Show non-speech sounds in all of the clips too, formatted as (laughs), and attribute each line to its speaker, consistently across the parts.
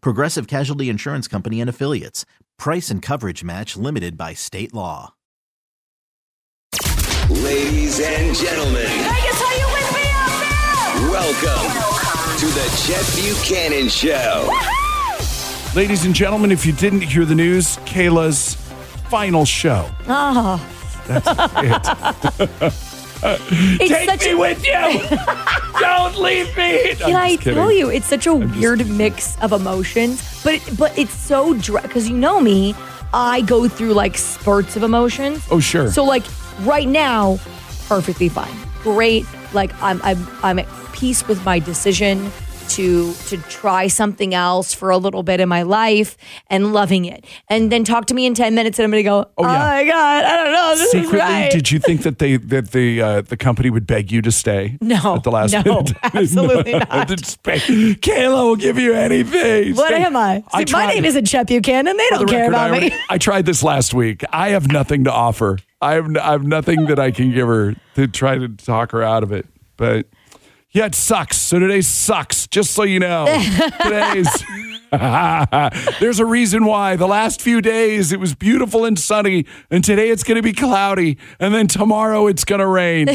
Speaker 1: Progressive Casualty Insurance Company and Affiliates. Price and coverage match limited by state law.
Speaker 2: Ladies and gentlemen,
Speaker 3: Vegas, are you with me out there?
Speaker 2: welcome to the Jeff Buchanan Show.
Speaker 4: Ladies and gentlemen, if you didn't hear the news, Kayla's final show.
Speaker 3: Ah, (laughs) It's
Speaker 4: Take
Speaker 3: such
Speaker 4: me
Speaker 3: a,
Speaker 4: with you.
Speaker 3: (laughs)
Speaker 4: Don't leave me.
Speaker 3: can I tell you, it's such a weird mix of emotions, but but it's so because you know me, I go through like spurts of emotions.
Speaker 4: Oh, sure.
Speaker 3: So like right now, perfectly fine, great. Like I'm I'm I'm at peace with my decision to to try something else for a little bit in my life and loving it. And then talk to me in ten minutes, and I'm gonna go. Oh,
Speaker 4: yeah.
Speaker 3: my god, I don't know. Oh, This
Speaker 4: Secretly,
Speaker 3: is right.
Speaker 4: did you think that they that the uh, the company would beg you to stay?
Speaker 3: No,
Speaker 4: at the last
Speaker 3: no,
Speaker 4: minute. (laughs)
Speaker 3: absolutely not.
Speaker 4: Just pay. Kayla will give you anything.
Speaker 3: What
Speaker 4: Stay.
Speaker 3: am I? See, my
Speaker 4: tried-
Speaker 3: name isn't Chet Buchanan. They
Speaker 4: For the
Speaker 3: don't care
Speaker 4: record, I
Speaker 3: about me.
Speaker 4: already- (laughs) I tried this last week. I have nothing to offer. I have n- I have nothing that I can give her to try to talk her out of it. But yeah, it sucks. So today sucks. Just so
Speaker 3: (laughs)
Speaker 4: you know, today's. (laughs) There's a reason why the last few days it was beautiful and sunny, and today it's going to be cloudy, and then tomorrow it's going to rain.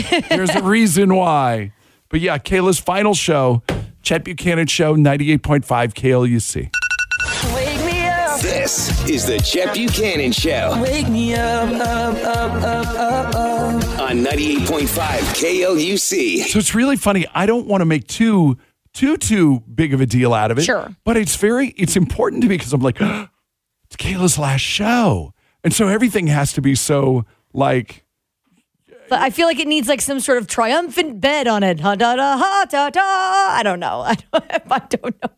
Speaker 3: (laughs)
Speaker 4: There's a reason why. But yeah, Kayla's final show, Chet Buchanan Show, 98.5 KLUC.
Speaker 5: Wake me up,
Speaker 2: This is the Jeff Buchanan Show
Speaker 5: wake me up, up, up, up, up, up.
Speaker 2: on 98.5 KLUC.
Speaker 4: So it's really funny. I don't want to make too too too big of a deal out of it.
Speaker 3: Sure.
Speaker 4: But it's very it's important to me because I'm like, (gasps) it's Kayla's last show. And so everything has to be so like
Speaker 3: (laughs) But I feel like it needs like some sort of triumphant bed on it. Ha da da ha da da. I don't know. I don't, I don't know.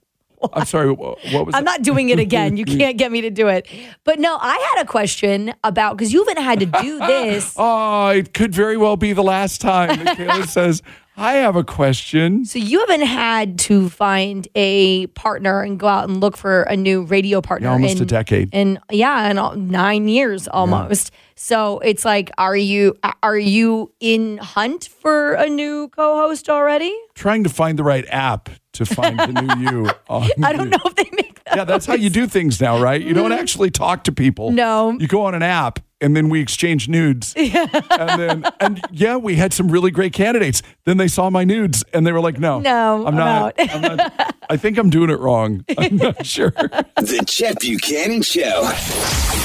Speaker 4: I'm sorry, wh- what was
Speaker 3: I'm
Speaker 4: that?
Speaker 3: not doing it again.
Speaker 4: (laughs)
Speaker 3: You can't get me to do it. But no, I had a question about because you haven't had to
Speaker 4: (laughs)
Speaker 3: do this.
Speaker 4: (gasps) Oh, it could very well be the last time
Speaker 3: (laughs)
Speaker 4: that Kayla says, I have a question.
Speaker 3: So you haven't had to find a partner and go out and look for a new radio partner.
Speaker 4: almost
Speaker 3: in,
Speaker 4: a decade.
Speaker 3: And yeah, in all- nine years almost. So it's like, are you are you in hunt for a new co-host already?
Speaker 4: Trying to find the right app to find the
Speaker 3: (laughs)
Speaker 4: new you. on
Speaker 3: I don't
Speaker 4: the-
Speaker 3: know if they make that. Mm-hmm.
Speaker 4: Yeah, that's how you do things now, right? You don't actually talk to people.
Speaker 3: No.
Speaker 4: You go on an app and then we
Speaker 3: (laughs)
Speaker 4: exchange nudes. Yeah. And then and yeah, we had some really great candidates. Then they saw my nudes and they were like, "No.
Speaker 3: No, I'm
Speaker 4: I'm not.
Speaker 3: out. (laughs)
Speaker 4: I'm not I think I'm doing it wrong. I'm not sure."
Speaker 2: The Jeff Buchanan Show.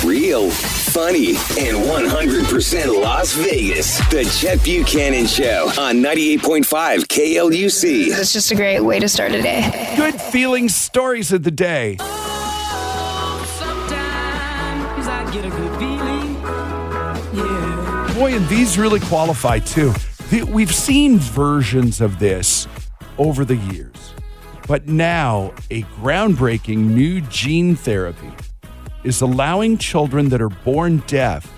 Speaker 2: Real, funny, and 100% Las Vegas. The Jeff Buchanan Show on 98.5 KLUC.
Speaker 6: It's just a great way to start a day.
Speaker 4: Good feeling stories of the day.
Speaker 5: Sometimes I get a good feeling, yeah.
Speaker 4: Boy, and these really qualify too. The- We've seen versions of this over the years, but now a groundbreaking new gene therapy is allowing children that are born deaf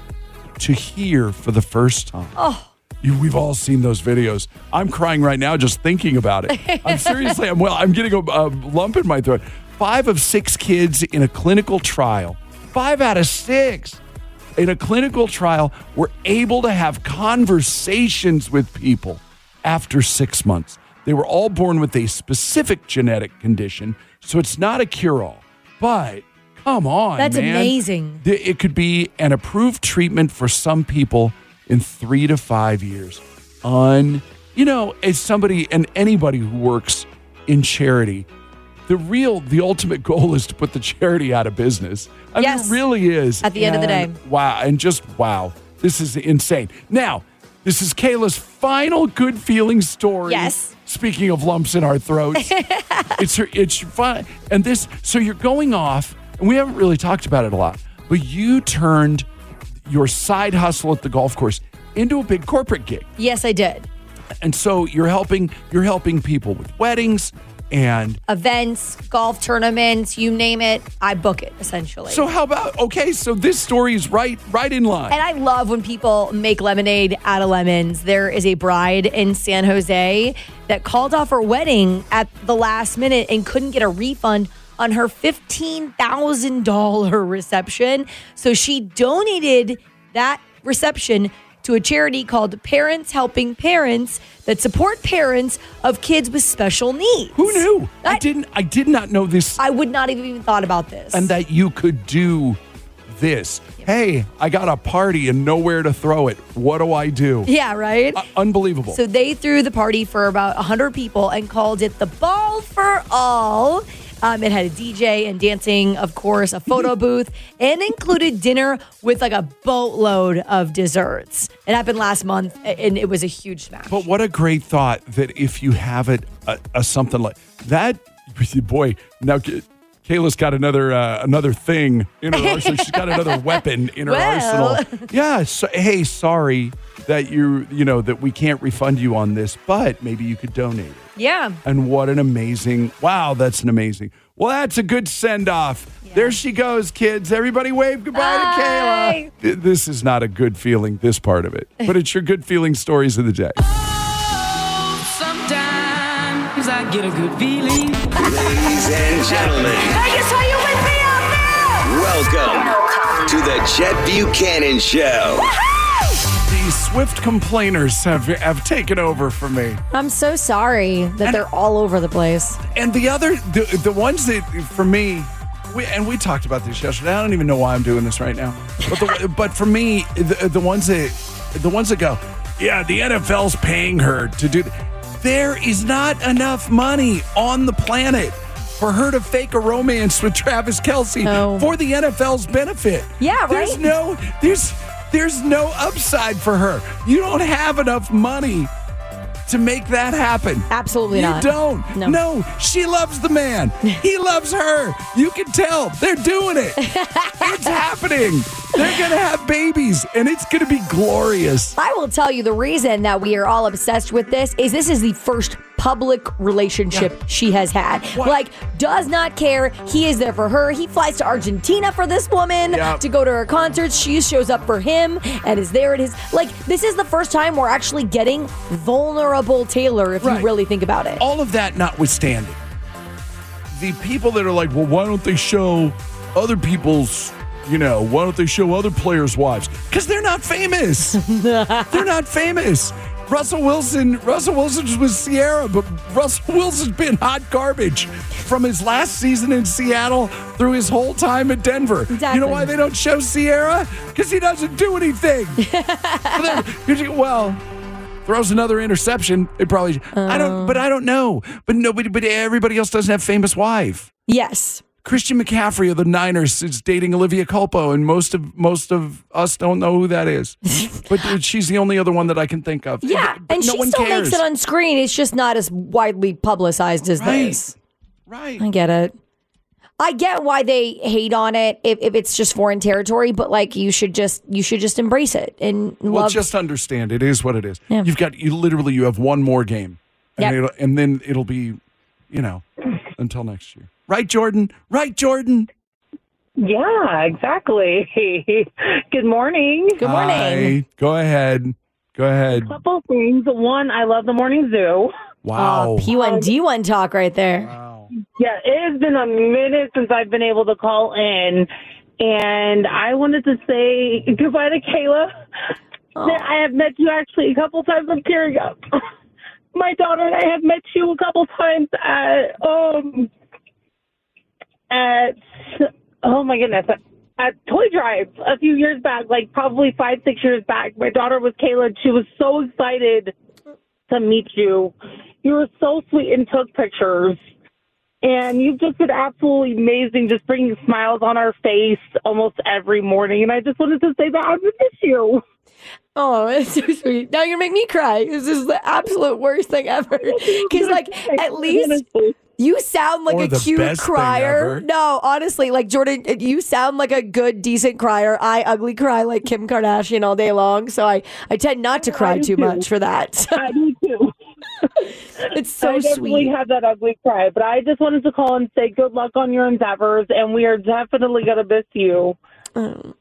Speaker 4: to hear for the first time. Oh. You, we've all seen those videos. I'm crying right now just thinking about it. I'm seriously, I'm well, I'm getting a, a lump in my throat. Five of six kids in a clinical trial, five out of six in a clinical trial were able to have conversations with people after six months. They were all born with a specific genetic condition, so it's not a cure all. But come on,
Speaker 3: That's
Speaker 4: man.
Speaker 3: amazing.
Speaker 4: Th- It could be an approved treatment for some people in three to five years. On, you know, as somebody and anybody who works in charity, the real, the ultimate goal is to put the charity out of business. I
Speaker 3: Yes.
Speaker 4: mean, it really is.
Speaker 3: At the end of the
Speaker 4: And
Speaker 3: day.
Speaker 4: Wow. And just wow. This is insane. Now, this is Kayla's final good feeling story.
Speaker 3: Yes.
Speaker 4: Speaking of lumps in our throats, (laughs) it's her, it's fun. And this, so you're going off, and we haven't really talked about it a lot, but you turned your side hustle at the golf course into a big corporate gig
Speaker 3: (laughs) Yes, I did.
Speaker 4: and so you're helping you're helping people with weddings and
Speaker 3: Events, golf tournaments, you name it, I book it essentially.
Speaker 4: so how about okay so this story is right right in line
Speaker 3: And I love when people make lemonade out of lemons. There is a bride in San Jose that called off her wedding at the last minute and couldn't get a refund on her $15,000 reception. So she donated that reception to a charity called Parents Helping Parents that support parents of kids with special needs.
Speaker 4: who knew I,
Speaker 3: I-
Speaker 4: didn't i did not know this
Speaker 3: I would not have even thought about this.
Speaker 4: and that you could do this hey i got a party and nowhere to throw it what do i do
Speaker 3: yeah, right?
Speaker 4: Uh, unbelievable
Speaker 3: So they threw the party for about 100 people and called it the Ball for All. Um, it had a DJ and dancing, of course, a
Speaker 4: (laughs)
Speaker 3: photo booth, and included dinner with like a boatload of desserts. It happened last month, a- and it was a huge smash.
Speaker 4: But what a great thought that if you have it, a, a something like that, (laughs) boy. Now, K- Kayla's got another uh, another thing in her arsenal. She's got another weapon in her
Speaker 3: Well.
Speaker 4: arsenal. Yeah. So, hey, sorry that you you know that we can't refund you on this, but maybe you could donate. it.
Speaker 3: yeah.
Speaker 4: And what an amazing! Wow, that's an amazing. Well, that's a good send off. There she goes, kids. Everybody wave goodbye to
Speaker 3: Bye.
Speaker 4: Kayla. Th- This is not a good feeling, this part of it, but it's your good feeling stories of the day.
Speaker 5: Sometimes I get a good feeling.
Speaker 2: Ladies and gentlemen,
Speaker 3: Vegas, are you with me out
Speaker 2: welcome to the Chet Buchanan Show.
Speaker 4: The Swift complainers have, have taken over for me.
Speaker 3: I'm so sorry that they're all over the place.
Speaker 4: And the other, the, the ones that, for me, we, and we talked about this yesterday. I don't even know why I'm doing this right now. But, the, (laughs) but for me, the, the ones that, the ones that go, yeah, the NFL's paying her to do. th-" There is not enough money on the planet for her to fake a romance with Travis Kelsey
Speaker 3: No.
Speaker 4: for the NFL's benefit.
Speaker 3: Yeah,
Speaker 4: There's
Speaker 3: right?
Speaker 4: no, there's, there's no upside for her. You don't have enough money to make that happen.
Speaker 3: Absolutely
Speaker 4: you
Speaker 3: not.
Speaker 4: don't.
Speaker 3: No.
Speaker 4: she loves
Speaker 3: (laughs)
Speaker 4: the man. He loves her. You can tell. They're doing
Speaker 3: (laughs)
Speaker 4: it. it's happening. They're going to have babies and it's going to be glorious.
Speaker 3: I will tell you the reason that we are all obsessed with this is this is the first public relationship she has had.
Speaker 4: What?
Speaker 3: Like, does not care. He is there for her. He flies to Argentina for this woman
Speaker 4: Yeah.
Speaker 3: to go to her concerts. She shows up for him and is there at his. Like, this is the first time we're actually getting vulnerable Taylor, if
Speaker 4: Right.
Speaker 3: you really think about it.
Speaker 4: All of that notwithstanding, the people that are like, well, why don't they show other people's, you know, why don't they show other players' wives? Because they're not famous. they're not famous. Russell Wilson, Russell Wilson's with Sierra, but Russell Wilson's been hot garbage from his last season in Seattle through his whole time at Denver. You know
Speaker 3: Exactly.
Speaker 4: why they don't show Sierra? Because he doesn't do anything. But then- well, throws another interception. It probably. I don't. But I don't know. But nobody. But everybody else doesn't have famous wife.
Speaker 3: Yes.
Speaker 4: Christian McCaffrey of the Niners is dating Olivia Culpo, and most of most of us don't know who
Speaker 3: (laughs)
Speaker 4: that is. but she's the only other one that I can think of.
Speaker 3: Yeah.
Speaker 4: But
Speaker 3: and
Speaker 4: no
Speaker 3: she
Speaker 4: one
Speaker 3: still
Speaker 4: cares.
Speaker 3: makes it on screen. It's just not as widely publicized as
Speaker 4: Right.
Speaker 3: this.
Speaker 4: right.
Speaker 3: I get it. I get why they hate on it if, if it's just foreign territory, but like you should just you should just embrace it and
Speaker 4: Well,
Speaker 3: love.
Speaker 4: just understand it is what it is.
Speaker 3: Yeah.
Speaker 4: You've got you literally you have one more game, and
Speaker 3: Yep.
Speaker 4: it'll, and then it'll be, you know, until next year. Right, Jordan. Right, Jordan.
Speaker 7: Yeah, exactly. (laughs) Good morning.
Speaker 3: Good morning.
Speaker 4: Hi. Go ahead. Go ahead.
Speaker 7: Couple things. One, I love the morning zoo. Um,
Speaker 4: Wow.
Speaker 3: P one D one talk right there.
Speaker 7: Yeah, it has been a minute since I've been able to call in, and I wanted to say goodbye to Kayla. I have met you actually a couple times. I'm tearing up. (laughs) My daughter and I have met you a couple times at um at oh my goodness at Toy Drive a few years back, like probably five six years back. My daughter was Kayla. and She was so excited to meet you. You were so sweet and took pictures. And you've just been absolutely amazing, just bringing smiles on our face almost every morning. And I just wanted to say that I would miss you.
Speaker 3: Oh, (laughs) it's so sweet. Now you're gonna make me cry. This is the absolute worst thing ever. (laughs) Because like
Speaker 4: (laughs)
Speaker 3: at least
Speaker 7: Honestly.
Speaker 3: you sound like
Speaker 4: Or
Speaker 3: a
Speaker 4: the
Speaker 3: cute
Speaker 4: best thing
Speaker 3: crier.
Speaker 4: ever.
Speaker 3: No, honestly, like Jordan, uh, you sound like a good, decent crier. I ugly cry like Kim Kardashian all day long. So I I tend not to cry
Speaker 7: do
Speaker 3: too
Speaker 7: too.
Speaker 3: much for that. (laughs)
Speaker 7: I do too.
Speaker 3: it's
Speaker 7: I
Speaker 3: so
Speaker 7: definitely
Speaker 3: sweet.
Speaker 7: have that ugly cry, but I just wanted to call and say good luck on your endeavors, and we are definitely going to miss you.
Speaker 3: Um,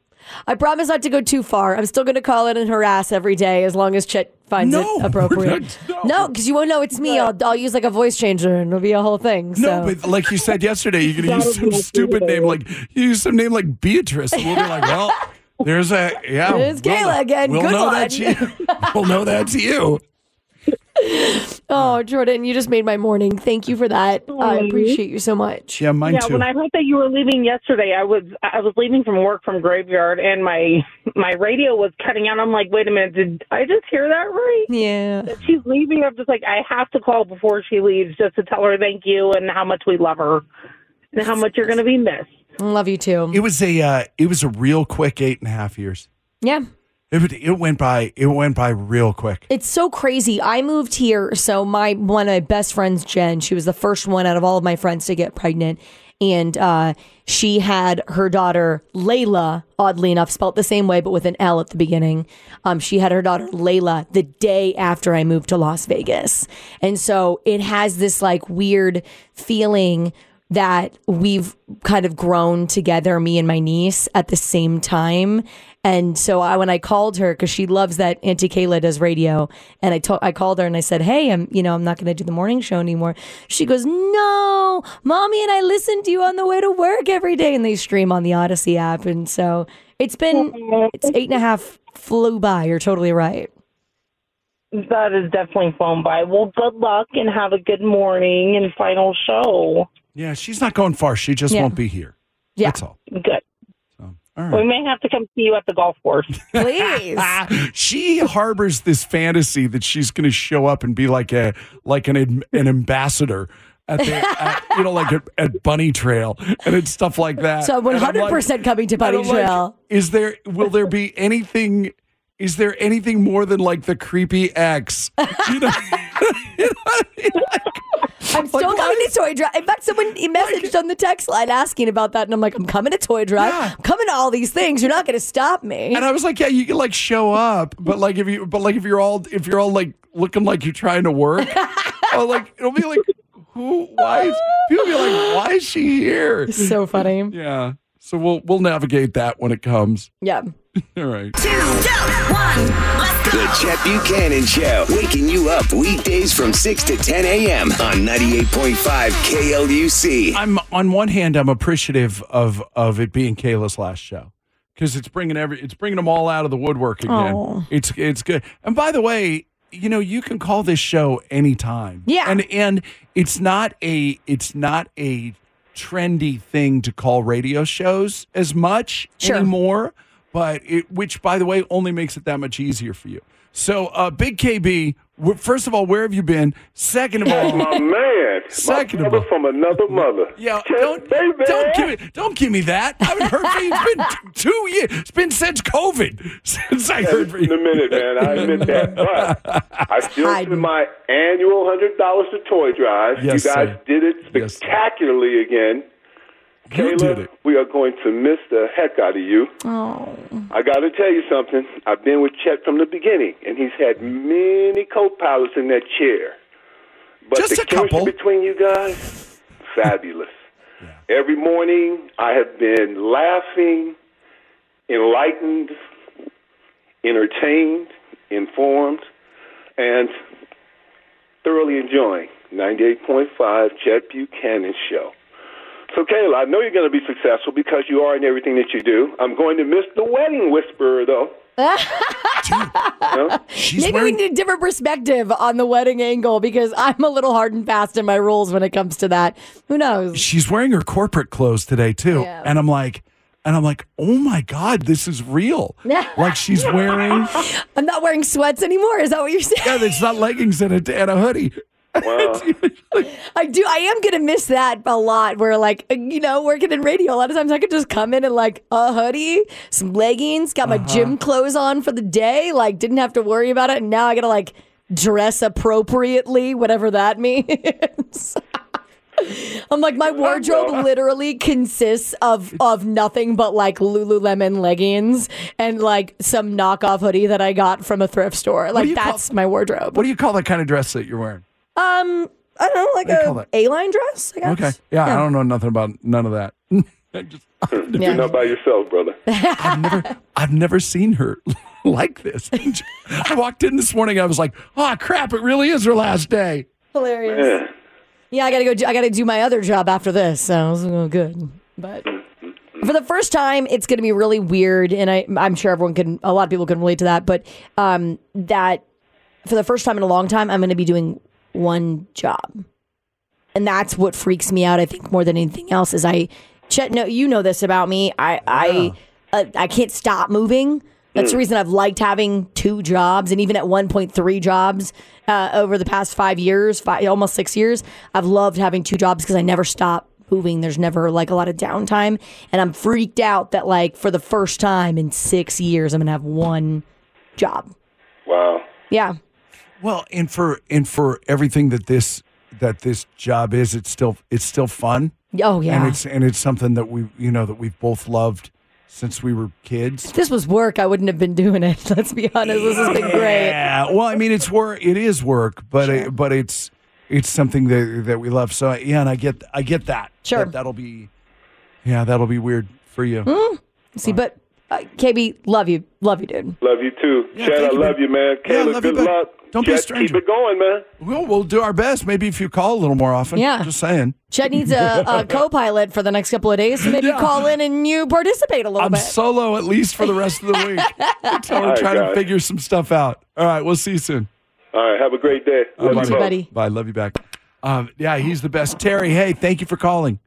Speaker 3: I promise not to go too far. I'm still gonna call in and harass every day as long as Chet finds
Speaker 4: No,
Speaker 3: it
Speaker 4: we're
Speaker 3: appropriate.
Speaker 4: not- no.
Speaker 3: no, because you won't know it's me. I'll, I'll use like a voice changer and it'll be a whole thing.
Speaker 4: No,
Speaker 3: So.
Speaker 4: but like you said yesterday,
Speaker 3: (laughs)
Speaker 4: you're gonna
Speaker 7: That'll
Speaker 4: use
Speaker 7: be
Speaker 4: some
Speaker 7: a
Speaker 4: stupid
Speaker 7: good
Speaker 4: name
Speaker 7: idea.
Speaker 4: like you use some name like Beatrice. And we'll be
Speaker 3: (laughs)
Speaker 4: like, well, there's a yeah.
Speaker 3: There's
Speaker 4: we'll-
Speaker 3: Kayla again.
Speaker 4: We'll
Speaker 3: Good
Speaker 4: know
Speaker 3: one.
Speaker 4: that's you.
Speaker 3: (laughs)
Speaker 4: We'll know that's you. uh,
Speaker 3: Oh, Jordan, you just made my morning. Thank you for that. I
Speaker 7: Aw.
Speaker 3: appreciate you so much.
Speaker 4: Yeah, mine
Speaker 7: yeah,
Speaker 4: too.
Speaker 7: when I heard that you were leaving yesterday, I was I was leaving from work from graveyard, and my my radio was cutting out. I'm like, wait a minute, did I just hear that right?
Speaker 3: Yeah.
Speaker 7: She's leaving. I'm just like, I have to call before she leaves just to tell her thank you and how much we love her and how much you're going to be missed.
Speaker 3: Love you too.
Speaker 4: it was a uh, it was a real quick eight and a half years.
Speaker 3: Yeah.
Speaker 4: It would- it went by it went by real quick.
Speaker 3: It's so crazy. I moved here, so my one of my best friends, Jen, she was the first one out of all of my friends to get pregnant, and uh, she had her daughter Layla. Oddly enough, spelt the same way but with an L at the beginning. Um, she had her daughter Layla the day after I moved to Las Vegas, and so it has this like weird feeling that we've kind of grown together, me and my niece, at the same time. And so I, when I called her, because she loves that Auntie Kayla does radio, and I told I called her and I said, "Hey, I'm you know I'm not going to do the morning show anymore." She goes, "No, mommy and I listen to you on the way to work every day, and they stream on the Odyssey app." And so it's been it's eight and a half flew by. You're totally right.
Speaker 7: That is definitely flown by. Well, good luck and have a good morning and final show.
Speaker 4: Yeah, she's not going far. She just
Speaker 3: Yeah.
Speaker 4: won't be here.
Speaker 3: Yeah.
Speaker 4: That's all.
Speaker 7: Good.
Speaker 4: All right.
Speaker 7: We may have to come see you at the golf course.
Speaker 3: Please,
Speaker 4: Ah,
Speaker 3: (laughs)
Speaker 4: she harbors this fantasy that she's going to show up and be like a like an am- an ambassador at the at, you know like at, at Bunny Trail and it's stuff like that.
Speaker 3: so
Speaker 4: And I'm like-
Speaker 3: 100 percent coming to Bunny
Speaker 4: and I'm like,
Speaker 3: Trail.
Speaker 4: is there will there be anything? Is there anything more than like the creepy ex? You know.
Speaker 3: I'm still
Speaker 4: what
Speaker 3: coming to Toy Drive. In fact,
Speaker 4: (laughs)
Speaker 3: someone he messaged on the text line asking about that, and I'm like, I'm coming to Toy Drive.
Speaker 4: Yeah.
Speaker 3: I'm coming to all these things. You're not going to stop me.
Speaker 4: And I was like, yeah, you can like show up, but like if you, but like if you're all, if you're all like looking like you're trying to work,
Speaker 3: (laughs)
Speaker 4: or like it'll be like, who? Why? Is, people be like, why is she here?
Speaker 3: So funny.
Speaker 4: Yeah. So we'll we'll navigate that when it comes.
Speaker 3: Yeah.
Speaker 4: All right.
Speaker 2: The Chet Buchanan Show, waking you up weekdays from 6 to 10 a.m. on 98.5 KLUC.
Speaker 4: I'm on one hand, I'm appreciative of of it being Kayla's last show because it's bringing every it's bringing them all out of the woodwork again.
Speaker 3: Oh.
Speaker 4: It's it's good. And by the way, you know you can call this show anytime.
Speaker 3: Yeah.
Speaker 4: and and it's not a it's not a trendy thing to call radio shows as much
Speaker 3: Sure.
Speaker 4: anymore. But it, which by the way, only makes it that much easier for you. So, uh, Big KB, wh- first of all, where have you been? Second of all,
Speaker 8: (laughs) My man,
Speaker 4: Second
Speaker 8: my
Speaker 4: of
Speaker 8: brother
Speaker 4: all-
Speaker 8: from another mother.
Speaker 4: Yeah,
Speaker 8: Chet,
Speaker 4: don't
Speaker 8: baby.
Speaker 4: don't give me don't give me that. I haven't heard from you. It's been t- two years. It's been since COVID (laughs) since I heard from
Speaker 8: In a
Speaker 4: you.
Speaker 8: minute, man. I admit that, but I still
Speaker 3: Hiding.
Speaker 8: did my annual hundred dollars to toy drive.
Speaker 4: Yes,
Speaker 8: you guys
Speaker 4: sir.
Speaker 8: did it
Speaker 4: Yes, sir.
Speaker 8: spectacularly again.
Speaker 4: You
Speaker 8: Kayla,
Speaker 4: did it.
Speaker 8: we are going to miss the heck out of you.
Speaker 3: Oh.
Speaker 8: I got to tell you something. I've been with Chet from the beginning, and he's had many co-pilots in that chair. But
Speaker 4: Just
Speaker 8: the
Speaker 4: a couple.
Speaker 8: chemistry between you guys, fabulous. Every morning, I have been laughing, enlightened, entertained, informed, and thoroughly enjoying 98.5 Chet Buchanan Show. So, Kayla, I know you're going to be successful because you are in everything that you do. I'm going to miss the wedding whisperer, though.
Speaker 4: (laughs)
Speaker 3: (laughs)
Speaker 4: She's
Speaker 3: Maybe
Speaker 4: wearing
Speaker 3: we need a different perspective on the wedding angle because I'm a little hard and fast in my rules when it comes to that. Who knows?
Speaker 4: she's wearing her corporate clothes today too,
Speaker 3: Yeah.
Speaker 4: and I'm like. And I'm like, oh my God, this
Speaker 3: (laughs)
Speaker 4: is real. like she's wearing,
Speaker 3: I'm not wearing sweats anymore. Is that what Oh, you're saying?
Speaker 4: yeah, it's not leggings and a, and a hoodie. (laughs)
Speaker 8: Wow.
Speaker 3: I do. I am gonna miss that a lot. Where like uh, you know, working in radio, a lot of times I could just come in and like a hoodie, some leggings, got my
Speaker 4: Uh-huh.
Speaker 3: gym clothes on for the day. Like didn't have to worry about it. And now I gotta like dress appropriately, whatever that (laughs) means. I'm
Speaker 4: (laughs)
Speaker 3: like my wardrobe literally consists of of nothing but like Lululemon leggings and like some knockoff hoodie that I got from a thrift store.
Speaker 4: do
Speaker 3: Like
Speaker 4: you call-
Speaker 3: that's my wardrobe.
Speaker 4: What do you call that kind of dress that you're wearing?
Speaker 3: Um, I don't know, like
Speaker 4: do you call that?
Speaker 3: a A line dress, I guess.
Speaker 4: Okay. Yeah, I don't know nothing about none of that. (laughs)
Speaker 3: Yeah.
Speaker 8: You're not by yourself, brother.
Speaker 4: I've never seen her (laughs) like this. I walked in this morning. I was like, oh, crap. It really is her last day.
Speaker 3: Hilarious.
Speaker 8: Yeah.
Speaker 3: Yeah, I gotta go. Do, I gotta do my other job after this. So it's all good. But for the first time, it's gonna be really weird, and I, I'm sure everyone can. A lot of people can relate to that. But um, that for the first time in a long time, I'm gonna be doing one job, and that's what freaks me out. I think more than anything else is I, Chet. No, you know this about me. I, I, uh, I can't stop moving. That's the reason I've liked having two jobs and even at one point three jobs uh, over the past five years, five, almost six years. I've loved having two jobs because I never stop moving. There's never like a lot of downtime, and I'm freaked out that like for the first time in six years, I'm gonna have one job.
Speaker 8: Wow.
Speaker 3: Yeah,
Speaker 4: Well, and for and for everything that this that this job is, it's still it's still fun,
Speaker 3: Oh yeah.
Speaker 4: and it's and it's something that we you know that we've both loved since we were kids.
Speaker 3: if this was work, I wouldn't have been doing it. (laughs) Let's be honest. This has been great.
Speaker 4: Yeah. Well, I mean, it's work. It is work, but it, but it's it's something that that we love. So yeah, and I get I get that.
Speaker 3: Sure. Hmm.
Speaker 4: That, will be yeah, that'll be weird for you.
Speaker 3: Mm. See, but uh, KB, love you, love you, dude.
Speaker 8: Love you too.
Speaker 4: Yeah,
Speaker 8: Chad,
Speaker 4: thank
Speaker 8: I
Speaker 4: you,
Speaker 8: love
Speaker 4: man.
Speaker 8: you, man.
Speaker 4: Yeah, I
Speaker 8: Caleb,
Speaker 4: love you, bud.
Speaker 8: good luck.
Speaker 4: Don't be a
Speaker 8: Chad,
Speaker 4: stranger.
Speaker 8: Keep it going, man.
Speaker 4: Well, we'll do our best. Maybe if you call a little more often.
Speaker 3: Yeah.
Speaker 4: Just saying.
Speaker 3: Chet needs
Speaker 4: (laughs)
Speaker 3: a, a co-pilot for the next couple of days, so maybe
Speaker 4: Yeah.
Speaker 3: call in and you participate a little
Speaker 4: I'm
Speaker 3: bit.
Speaker 4: solo at least for the rest of the week.
Speaker 3: (laughs)
Speaker 8: (laughs)
Speaker 4: Until we're
Speaker 8: right,
Speaker 4: trying to
Speaker 8: guys.
Speaker 4: figure some stuff out. All right, we'll see you soon.
Speaker 8: All right. Have a great day. Love
Speaker 3: you
Speaker 8: you
Speaker 3: too,
Speaker 8: both.
Speaker 3: buddy.
Speaker 4: Bye. Love you back. Um, yeah, he's the best. Terry, hey, thank you for calling.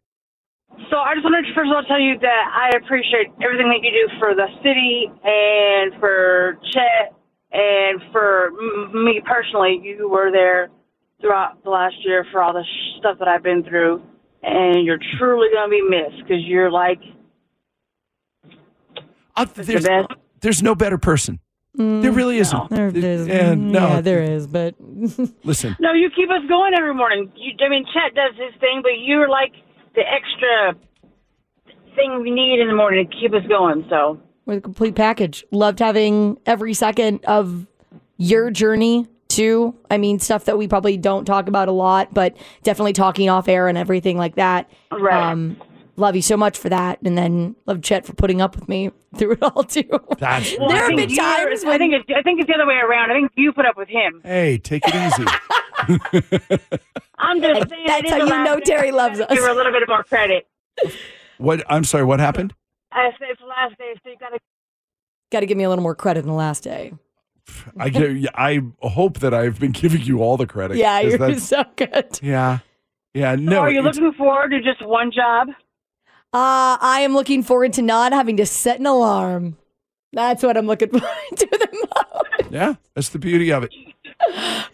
Speaker 7: So I just wanted to first of all tell you that I appreciate everything that you do for the city and for Chet and for m- me personally. You were there throughout the last year for all the sh- stuff that I've been through, and you're truly gonna be missed because you're like
Speaker 4: Uh, there's,
Speaker 7: best.
Speaker 4: there's no better person. there really isn't.
Speaker 3: Mm. There it is.
Speaker 4: Yeah, no.
Speaker 3: Yeah, there is, but
Speaker 4: Listen,
Speaker 7: no, you keep us going every morning. You, I mean, Chet does his thing, but you're like the extra thing we need in the morning to keep us going. So
Speaker 3: we're the complete package. Loved having every second of your journey too. I mean, stuff that we probably don't talk about a lot, but definitely talking off air and everything like that.
Speaker 7: Right.
Speaker 3: Um, love you so much for that, and then love Chet for putting up with me through it all too. (laughs)
Speaker 4: that's
Speaker 7: Well, I
Speaker 3: There have
Speaker 7: think
Speaker 3: been
Speaker 7: you're-
Speaker 3: times
Speaker 7: I
Speaker 3: when-
Speaker 7: think it's, I think it's the other way around. I think you put up with him.
Speaker 4: Hey, take
Speaker 3: (laughs)
Speaker 4: it easy.
Speaker 7: I'm just saying.
Speaker 3: That's
Speaker 7: it is
Speaker 3: how
Speaker 7: the
Speaker 3: you
Speaker 7: last
Speaker 3: know
Speaker 7: day.
Speaker 3: Terry loves us.
Speaker 7: Give her a little bit more credit.
Speaker 4: what? I'm sorry, what happened?
Speaker 7: I said it's the last day, so you gotta.
Speaker 3: Got to give me a little more credit in the last day.
Speaker 4: I, get, I hope that I've been giving you all the credit.
Speaker 3: Yeah,
Speaker 4: 'cause
Speaker 3: you're
Speaker 4: that's-
Speaker 3: so good.
Speaker 4: Yeah. Yeah, no.
Speaker 7: So Oh, are you
Speaker 4: it's-
Speaker 7: looking forward to just one job?
Speaker 3: Uh, I am looking forward to not having to set an alarm. That's what I'm looking (laughs) forward to the most.
Speaker 4: yeah, that's the beauty of it.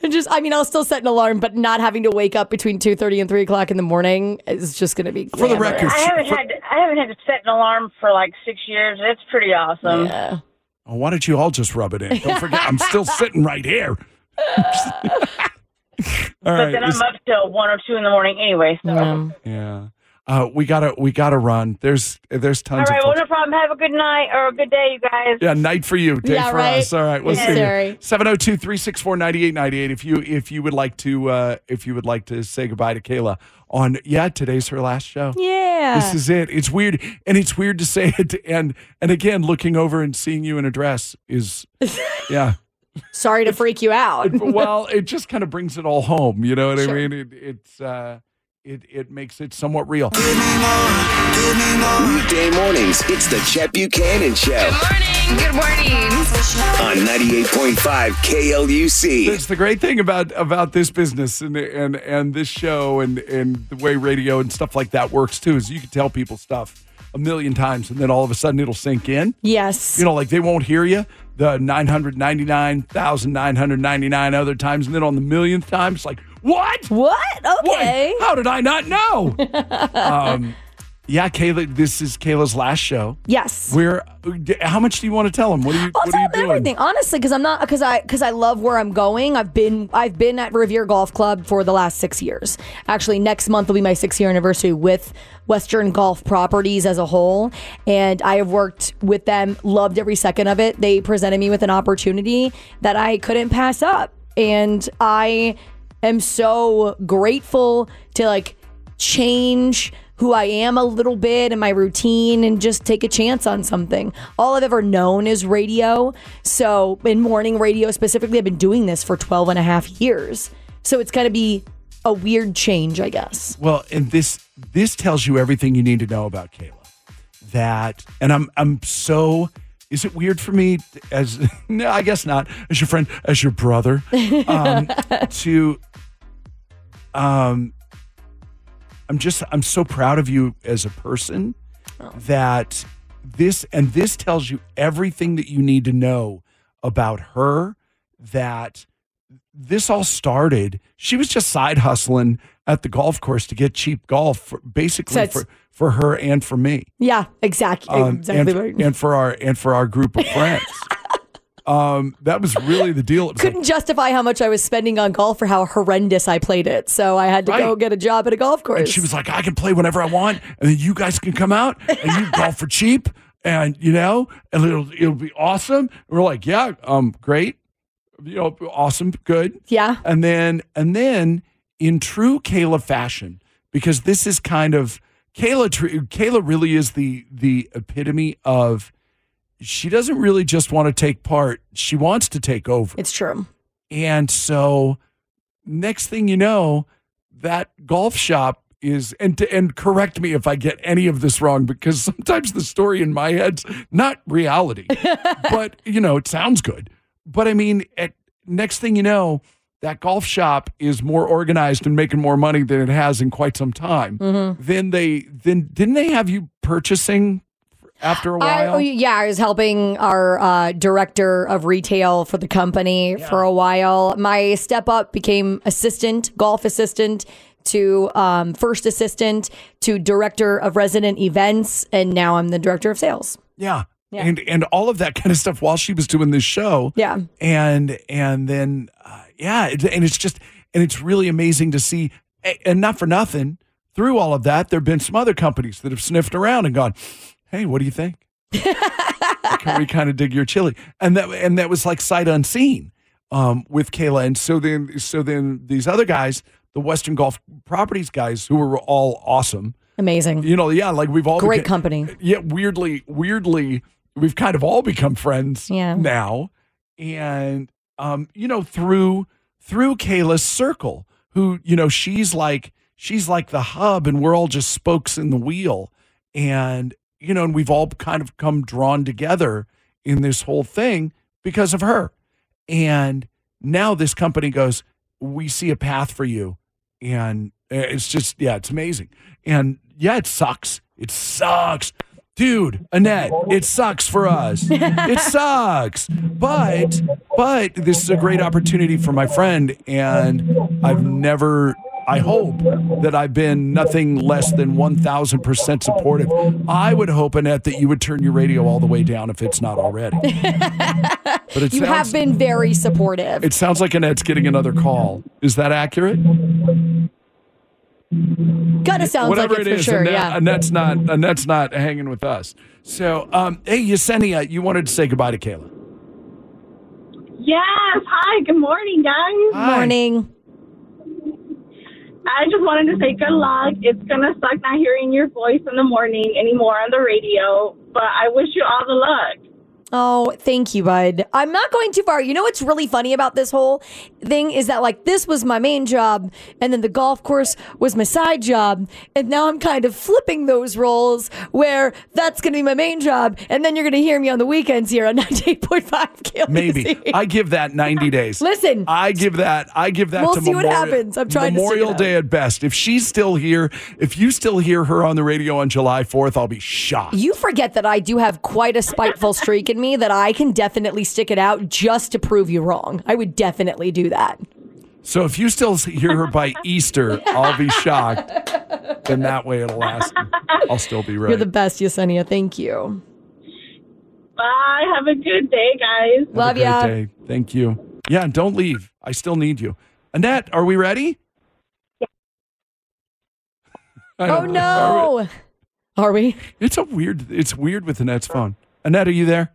Speaker 3: And just, I mean, I'll still set an alarm, but not having to wake up between two thirty and three o'clock in the morning is just going to be
Speaker 4: For the
Speaker 3: glamorous.
Speaker 4: record,
Speaker 7: I
Speaker 4: (laughs)
Speaker 7: haven't had I haven't had to set an alarm for like six years. It's pretty awesome. (laughs)
Speaker 4: (laughs)
Speaker 3: Yeah.
Speaker 4: Oh, why don't you all just rub it in? Don't forget, I'm still sitting right here. all
Speaker 7: But
Speaker 4: right,
Speaker 7: then I'm
Speaker 4: listen-
Speaker 7: up till one or two in the morning anyway. So
Speaker 3: Yeah.
Speaker 4: yeah, uh, we gotta we gotta run. There's there's
Speaker 7: all
Speaker 4: tons
Speaker 7: right,
Speaker 4: of
Speaker 7: well,
Speaker 4: folks.
Speaker 7: no problem. Have a good night or a good day, you guys.
Speaker 4: yeah, night for you, day
Speaker 3: Yeah,
Speaker 4: for
Speaker 3: right.
Speaker 4: us. All right, we'll
Speaker 3: Yeah.
Speaker 4: see you.
Speaker 3: Sorry.
Speaker 4: 702-364-9898 If you if you would like to uh, if you would like to say goodbye to Kayla on yeah today's her last show.
Speaker 3: Yeah.
Speaker 4: This is it. It's weird, and it's weird to say it. And and again, looking over and seeing you in a dress
Speaker 3: (laughs)
Speaker 4: is, yeah.
Speaker 3: Sorry to freak you out.
Speaker 4: But, well, it just kind of brings it all home. You know what
Speaker 3: Sure.
Speaker 4: I mean? It, it's uh, it it makes it somewhat real.
Speaker 2: Weekday mornings, it's the Chet Buchanan Show
Speaker 6: morning. Good morning.
Speaker 2: on 98.5 KLUC.
Speaker 4: That's the great thing about about this business and and and this show and and the way radio and stuff like that works too is you can tell people stuff a million times and then all of a sudden it'll sink in.
Speaker 3: yes.
Speaker 4: You know, like they won't hear you the 999,999 other times. And then on the millionth time, it's like, What?
Speaker 3: What? Okay.
Speaker 4: How did I
Speaker 3: (laughs)
Speaker 4: not know? um, yeah, Kayla, this is Kayla's last show.
Speaker 3: Yes.
Speaker 4: We're. How much do you want to tell them? What are you?
Speaker 3: I'll
Speaker 4: what
Speaker 3: tell
Speaker 4: are you
Speaker 3: them
Speaker 4: doing?
Speaker 3: everything, honestly, because I'm not because I because I love where I'm going. I've been I've been at Revere Golf Club for the last six years. Actually, next month will be my six year anniversary with Western Golf Properties as a whole, and I have worked with them, loved every second of it. They presented me with an opportunity that I couldn't pass up, and I am so grateful to like change who I am a little bit and my routine and just take a chance on something. All I've ever known is radio. So, in morning radio specifically, I've been doing this for 12 and a half years. So, it's going to be a weird change, I guess.
Speaker 4: Well, and this this tells you everything you need to know about Kayla. That, and I'm I'm so. Is it weird for me t- as (laughs) no, I guess not as your friend, as your brother, um, to um, I'm just I'm so proud of you as a person
Speaker 3: Oh.
Speaker 4: that this and this tells you everything that you need to know about her that this all started she was just side hustling at the golf course to get cheap golf for, basically
Speaker 3: So it's-
Speaker 4: for for her and for me
Speaker 3: Yeah, exactly.
Speaker 4: um,
Speaker 3: exactly
Speaker 4: and,
Speaker 3: right.
Speaker 4: and for our and for our
Speaker 3: (laughs)
Speaker 4: group of friends um that was really
Speaker 3: (laughs)
Speaker 4: the deal It was like,
Speaker 3: Couldn't justify how much I was spending on golf or how horrendous I played it. So, I had to go
Speaker 4: Right.
Speaker 3: get a job at a golf course.
Speaker 4: And she was like, I can play whenever I want, and then you guys can come out and you golf for cheap, and you know, and it'll it'll be awesome. And we're like, yeah, um, great, you know, awesome, good,
Speaker 3: Yeah.
Speaker 4: And then and then in true Kayla fashion, because this is kind of Kayla. tr- Kayla really is the the epitome of. She doesn't really just want to take part; she wants to take over.
Speaker 3: It's true.
Speaker 4: And so next thing you know, that golf shop is and and correct me if I get any of this wrong because sometimes the story in my head's not
Speaker 3: (laughs)
Speaker 4: reality. but you know, it sounds good. But I mean, at, next thing you know, that golf shop is more organized and making more money than it has in quite some time.
Speaker 3: Mm-hmm.
Speaker 4: Then they then didn't they have you purchasing after a
Speaker 3: I,
Speaker 4: while?
Speaker 3: oh, yeah, I was helping our uh, director of retail for the company for a while. My step up became assistant, golf assistant to um, first assistant to director of resident events, and now I'm the director of sales.
Speaker 4: Yeah. And and all of that kind of stuff while she was doing this show.
Speaker 3: Yeah.
Speaker 4: And and then uh, yeah, it- and it's just and it's really amazing to see a- and not for nothing, through all of that there've been some other companies that have sniffed around and gone, "Hey, what do you think?" Can we kind of dig your chili? And that and that was like sight unseen um, with Kayla. And so then so then these other guys, the Western Golf Properties guys who were all awesome.
Speaker 3: Amazing.
Speaker 4: You know, yeah, like we've all
Speaker 3: Great
Speaker 4: beca-
Speaker 3: company.
Speaker 4: yeah, weirdly, weirdly, we've kind of all become friends
Speaker 3: Yeah.
Speaker 4: now. And um, you know, through through Kayla's circle, who, you know, she's like she's like the hub and we're all just spokes in the wheel. And, you know, and we've all kind of come drawn together in this whole thing because of her. And now this company goes, we see a path for you. And eh, it's just, yeah, it's amazing. And yeah, it sucks. It sucks. Dude, Annette, it sucks for us.
Speaker 3: (laughs)
Speaker 4: it sucks. But, but this is a great opportunity for my friend. And I've never, I hope that I've been nothing less than 1000% supportive. I would hope, Annette, that you would turn your radio all the way down if it's not already.
Speaker 3: (laughs)
Speaker 4: but it
Speaker 3: You
Speaker 4: sounds,
Speaker 3: have been very supportive.
Speaker 4: it sounds like Annette's getting another call. Is that accurate?
Speaker 3: Gotta sound like
Speaker 4: Whatever
Speaker 3: it,
Speaker 4: it
Speaker 3: for
Speaker 4: is,
Speaker 3: sure.
Speaker 4: Annette,
Speaker 3: yeah.
Speaker 4: Annette's not Annette's not hanging with us. So, um, hey, Yesenia, you wanted to say goodbye to Kayla.
Speaker 3: (laughs)
Speaker 9: Yes. Hi. Good morning, guys.
Speaker 4: Hi.
Speaker 3: Morning.
Speaker 9: I just wanted to say good luck. It's gonna suck not hearing your voice in the morning anymore on the radio, but I wish you all the luck.
Speaker 3: Oh, thank you, bud. I'm not going too far. You know what's really funny about this whole thing is that like this was my main job and then the golf course was my side job and now I'm kind of flipping those roles where that's going to be my main job and then you're going to hear me on the weekends here on (laughs) 98.5 Kill
Speaker 4: Maybe I give that
Speaker 3: (laughs)
Speaker 4: ninety days.
Speaker 3: Listen.
Speaker 4: I give that. I give that.
Speaker 3: We'll
Speaker 4: to
Speaker 3: see what
Speaker 4: Memorial-
Speaker 3: happens. I'm trying to stick it
Speaker 4: Memorial
Speaker 3: out.
Speaker 4: Day at best. If she's still here, if you still hear her on the radio on July fourth, I'll be shocked.
Speaker 3: You forget that I do have quite a spiteful streak in me that I can definitely stick it out just to prove you wrong. I would definitely do that.
Speaker 4: So if you still hear
Speaker 3: (laughs)
Speaker 4: her by Easter, I'll be shocked. And that way it'll last. I'll still be right.
Speaker 3: You're the best, Yesenia. Thank you.
Speaker 9: Bye. Have a good day, guys.
Speaker 4: Have a great day. Thank you. Yeah, and don't leave. I still need you. Annette, are we ready? (laughs) I
Speaker 3: Oh
Speaker 4: don't know. Are we-
Speaker 3: no. Are we?
Speaker 4: It's a weird. It's weird with Annette's phone. Annette, are you there?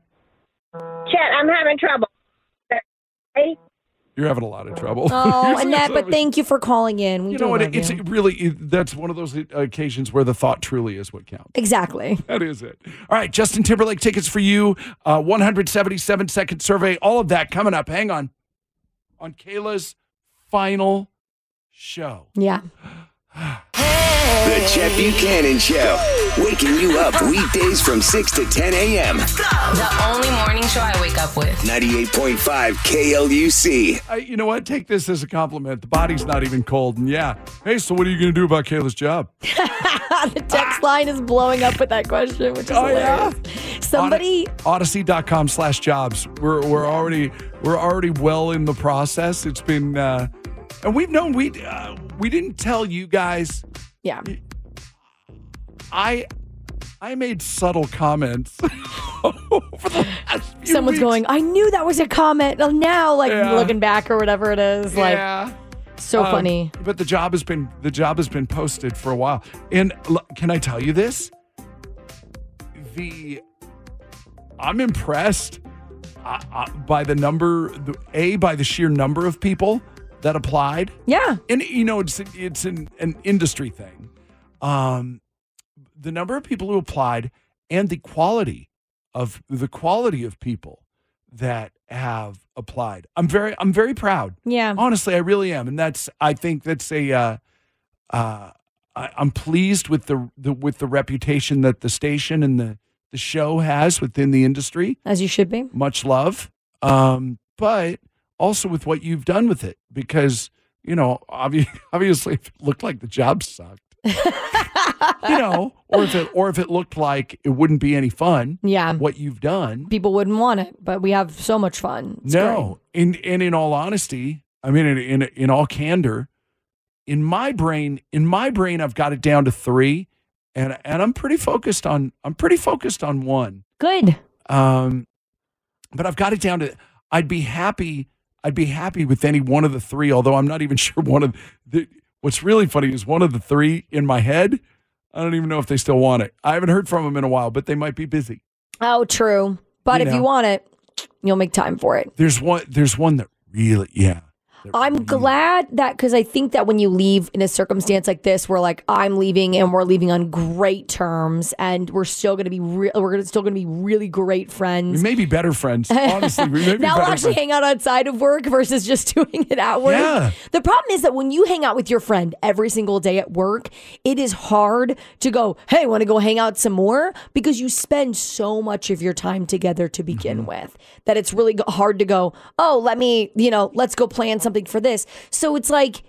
Speaker 10: Chet, I'm having trouble. Hey,
Speaker 4: You're having a lot of (laughs) trouble.
Speaker 3: Oh,
Speaker 4: You're
Speaker 3: Annette,
Speaker 4: so-
Speaker 3: but thank you for calling in. We
Speaker 4: you
Speaker 3: do
Speaker 4: know what?
Speaker 3: love
Speaker 4: It's
Speaker 3: you.
Speaker 4: really it- that's one of those occasions where the thought truly is what counts.
Speaker 3: exactly. (laughs)
Speaker 4: That is it. All right, Justin Timberlake tickets for you. Uh, 177 second survey. All of that coming up. Hang on. On Kayla's final show.
Speaker 3: Yeah.
Speaker 2: The Chet Buchanan Show. Waking you up weekdays from 6 to 10
Speaker 6: (laughs)
Speaker 2: a.m.
Speaker 6: The only morning show I wake up with.
Speaker 2: 98.5 KLUC.
Speaker 4: I, you know what? Take this as a compliment. The body's not even cold. And yeah. Hey, so what are you going to do about Kayla's job?
Speaker 3: the text line is blowing up with that question, which is
Speaker 4: Oh, yeah?
Speaker 3: hilarious. Somebody
Speaker 4: Odyssey.com slash jobs. We're, we're already we're already well in the process. It's been uh, and we've known we uh, we didn't tell you guys.
Speaker 3: Yeah.
Speaker 4: I I made subtle comments. few
Speaker 3: someone's
Speaker 4: weeks.
Speaker 3: going, I knew that was a comment. Well, Now, like
Speaker 4: Yeah.
Speaker 3: looking back or whatever it is, like
Speaker 4: Yeah.
Speaker 3: so
Speaker 4: Um,
Speaker 3: funny.
Speaker 4: But the job has been the job has been posted for a while. And l- can I tell you this? The I'm impressed uh, uh, by the number, the, a by the sheer number of people that applied.
Speaker 3: Yeah,
Speaker 4: and you know it's it's an, an industry thing. Um, the number of people who applied and the quality of the quality of people that have applied. I'm very I'm very proud.
Speaker 3: Yeah.
Speaker 4: Honestly, I really am, and that's I think that's a uh, uh, I, I'm pleased with the, the with the reputation that the station and the the show has within the industry.
Speaker 3: As you should be.
Speaker 4: Much love, um, but also with what you've done with it, because you know, obvi- (laughs) obviously, if it looked like the
Speaker 3: (laughs)
Speaker 4: job sucked, you know, or if it or if it looked like it wouldn't be any fun,
Speaker 3: Yeah.
Speaker 4: what you've done.
Speaker 3: People wouldn't want it, but we have so much fun. It's
Speaker 4: no, in and in all honesty, I mean, in, in in all candor, in my brain, in my brain, I've got it down to three, and and I'm pretty focused on I'm pretty focused on one.
Speaker 3: great. Good.
Speaker 4: Um, but I've got it down to I'd be happy. I'd be happy with any one of the three. Although I'm not even (laughs) sure one of the. What's really funny is one of the three in my head. I don't even know if they still want it. I haven't heard from them in a while, but they might be busy.
Speaker 3: Oh, true. But
Speaker 4: You
Speaker 3: if
Speaker 4: know.
Speaker 3: you want it, you'll make time for it.
Speaker 4: There's one. There's one that really. Yeah.
Speaker 3: I'm glad that because I think that when you leave in a circumstance like this, where like I'm leaving and we're leaving on great terms, and we're still going to be re- we're gonna, still going to be really great
Speaker 4: We
Speaker 3: friends.
Speaker 4: may be better friends. Honestly, we
Speaker 3: (laughs)
Speaker 4: may be
Speaker 3: now we'll
Speaker 4: better
Speaker 3: actually
Speaker 4: friends.
Speaker 3: hang out outside of work versus just (laughs) doing it at work.
Speaker 4: Yeah.
Speaker 3: The problem is that when you hang out with your friend every single day at work, it is hard to go, hey, want to go hang out some more? Because you spend so much of your time together to begin
Speaker 4: Mm-hmm.
Speaker 3: with that it's really go- hard to go, oh, let me, you know, let's go plan something for this. So it's like,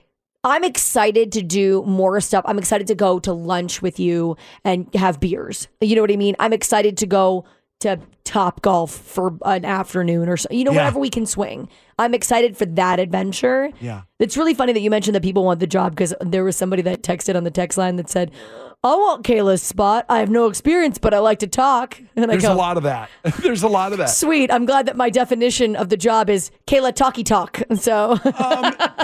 Speaker 3: I'm excited to do more stuff. I'm excited to go to lunch with you and have beers. You know what I mean? I'm excited to go to Top Golf for an afternoon or so. You know,
Speaker 4: Yeah.
Speaker 3: whatever we can swing. I'm excited for that adventure.
Speaker 4: Yeah.
Speaker 3: It's really funny that you mentioned that people want the job because there was somebody that texted on the text line that said, I want Kayla's spot. I have no experience, but I like to talk. And
Speaker 4: There's
Speaker 3: I
Speaker 4: a
Speaker 3: go,
Speaker 4: lot of that. (laughs) There's a lot of that.
Speaker 3: Sweet. I'm glad that my definition of the job is Kayla talky talk. (laughs) So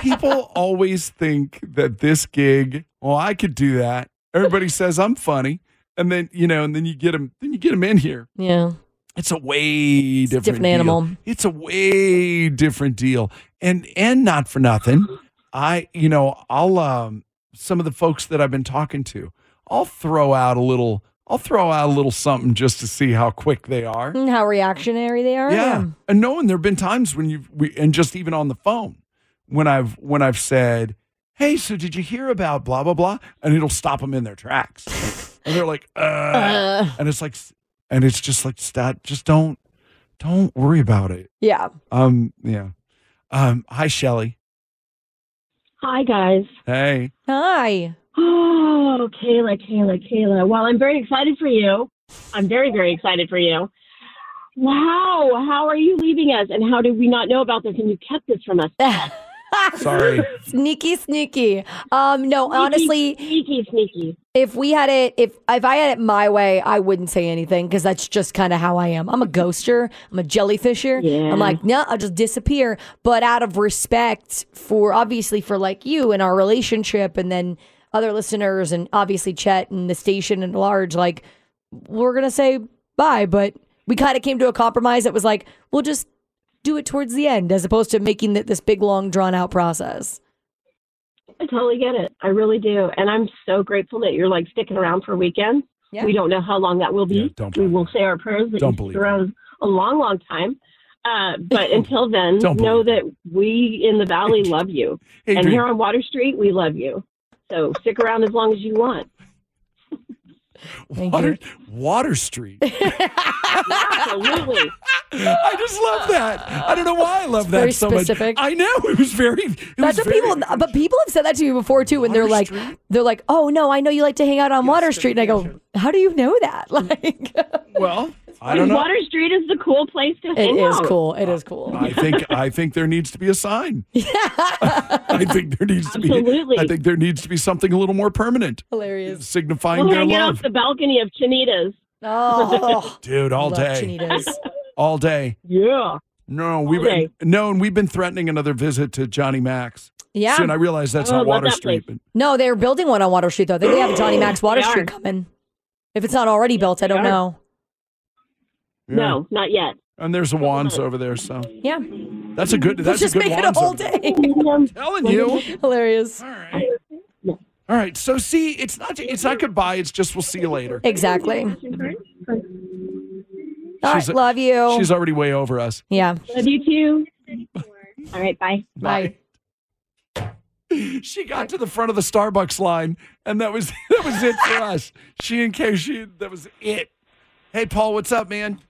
Speaker 4: people always think that this gig, well, I could do that.
Speaker 3: (laughs)
Speaker 4: Everybody says I'm funny, and then you know, and then you get them, then you get them in here.
Speaker 3: Yeah.
Speaker 4: It's a way different,
Speaker 3: different
Speaker 4: deal.
Speaker 3: animal.
Speaker 4: It's a way different deal, and and not for nothing, I you know I'll um some of the folks that I've been talking to, I'll throw out a little, I'll throw out a little something just to see how quick they are.
Speaker 3: Mm, how reactionary they are.
Speaker 4: Yeah. And knowing there've been times when you've we, and just even on the phone when I've when I've said, "Hey, so did you hear about blah blah blah?" and it'll stop them in their tracks. and they're like, uh, and it's like and it's just like stop just don't don't worry about it.
Speaker 3: Yeah.
Speaker 4: Um yeah. Um hi Shelly.
Speaker 11: Hi, guys.
Speaker 4: Hey.
Speaker 3: Hi.
Speaker 11: Oh, Kayla, Kayla, Kayla. Well, I'm very excited for you. I'm very, very excited for you.
Speaker 3: (laughs)
Speaker 11: Wow. How are you leaving us? And how did we not know about this? And you kept this from us.
Speaker 4: Sorry.
Speaker 3: sneaky, sneaky. Um, no, honestly,
Speaker 11: sneaky, sneaky.
Speaker 3: If we had it, if if I had it my way, I wouldn't say anything because that's just kind of how I am. I'm a ghoster. I'm a jellyfisher.
Speaker 11: Yeah.
Speaker 3: I'm like, no, I'll just disappear. But out of respect for obviously for like you and our relationship, and then other listeners, and obviously Chet and the station at large, like we're gonna say bye. But we kind of came to a compromise that was like, we'll just do it towards the end as opposed to making it this big long drawn out process
Speaker 11: I totally get it. I really do. And I'm so grateful that you're like sticking around for weekends.
Speaker 3: Yeah.
Speaker 11: We don't know how long that will be.
Speaker 4: don't
Speaker 11: we will say our prayers that
Speaker 4: Don't
Speaker 11: you stick
Speaker 4: believe
Speaker 11: around a long, long time. Uh, but until then,
Speaker 4: (laughs) Don't
Speaker 11: know that we in the
Speaker 4: (laughs)
Speaker 11: valley love you. and
Speaker 4: Adrian.
Speaker 11: here on Water Street, we love you. So stick around as long as you want.
Speaker 4: (laughs) Water, Water Street.
Speaker 11: Absolutely.
Speaker 4: I just love that. I don't know why I love
Speaker 3: It's
Speaker 4: that
Speaker 3: very
Speaker 4: so
Speaker 3: specific.
Speaker 4: much. I know it was very. It
Speaker 3: that's
Speaker 4: was
Speaker 3: what
Speaker 4: very,
Speaker 3: people but people have said that to me before too when they're like they're like oh no i know you like to hang out on water street and i go how do you know that (laughs) like
Speaker 4: well I don't know.
Speaker 11: Water Street is the cool place to
Speaker 3: it
Speaker 11: hang
Speaker 3: is
Speaker 11: out.
Speaker 3: cool it is cool
Speaker 4: I think I think there needs to be
Speaker 3: (laughs)
Speaker 4: a sign. I think there needs to be.
Speaker 11: Absolutely.
Speaker 4: I think there needs to be something a little more permanent,
Speaker 3: hilarious
Speaker 4: signifying
Speaker 11: We'll
Speaker 4: their
Speaker 11: hang out
Speaker 4: love,
Speaker 11: off the balcony of Chinita's. (laughs)
Speaker 3: Oh,
Speaker 4: dude, all
Speaker 11: Love
Speaker 4: day, (laughs) all day.
Speaker 11: Yeah.
Speaker 4: No, we've been, no, and we've been threatening another visit to Johnny Max.
Speaker 3: Yeah.
Speaker 4: soon. I realize that's
Speaker 3: Oh, I love
Speaker 4: not Water
Speaker 3: that
Speaker 4: Street, but
Speaker 3: no they're building one on water street though i think they have a johnny max water
Speaker 11: They are.
Speaker 3: street coming if it's not already built i don't
Speaker 11: are.
Speaker 3: know
Speaker 4: yeah.
Speaker 11: No, not yet.
Speaker 4: And there's a wands over there, so
Speaker 3: yeah
Speaker 4: that's a good.
Speaker 3: let's
Speaker 4: That's
Speaker 3: just
Speaker 4: a good
Speaker 3: make it a
Speaker 4: Wands
Speaker 3: whole
Speaker 4: over there. (laughs)
Speaker 3: day
Speaker 11: I'm
Speaker 4: telling you.
Speaker 3: (laughs) hilarious
Speaker 4: All right, so see, it's not it's not goodbye. It's just we'll see you later.
Speaker 3: exactly all right
Speaker 4: She's a-
Speaker 3: love you
Speaker 4: She's already way over us.
Speaker 3: yeah
Speaker 11: Love you too. All right, bye.
Speaker 3: bye
Speaker 4: (laughs) She got to the front of the Starbucks line, and that was (laughs) that was it for us. She and Kay, she that was it. Hey, Paul, what's up, man?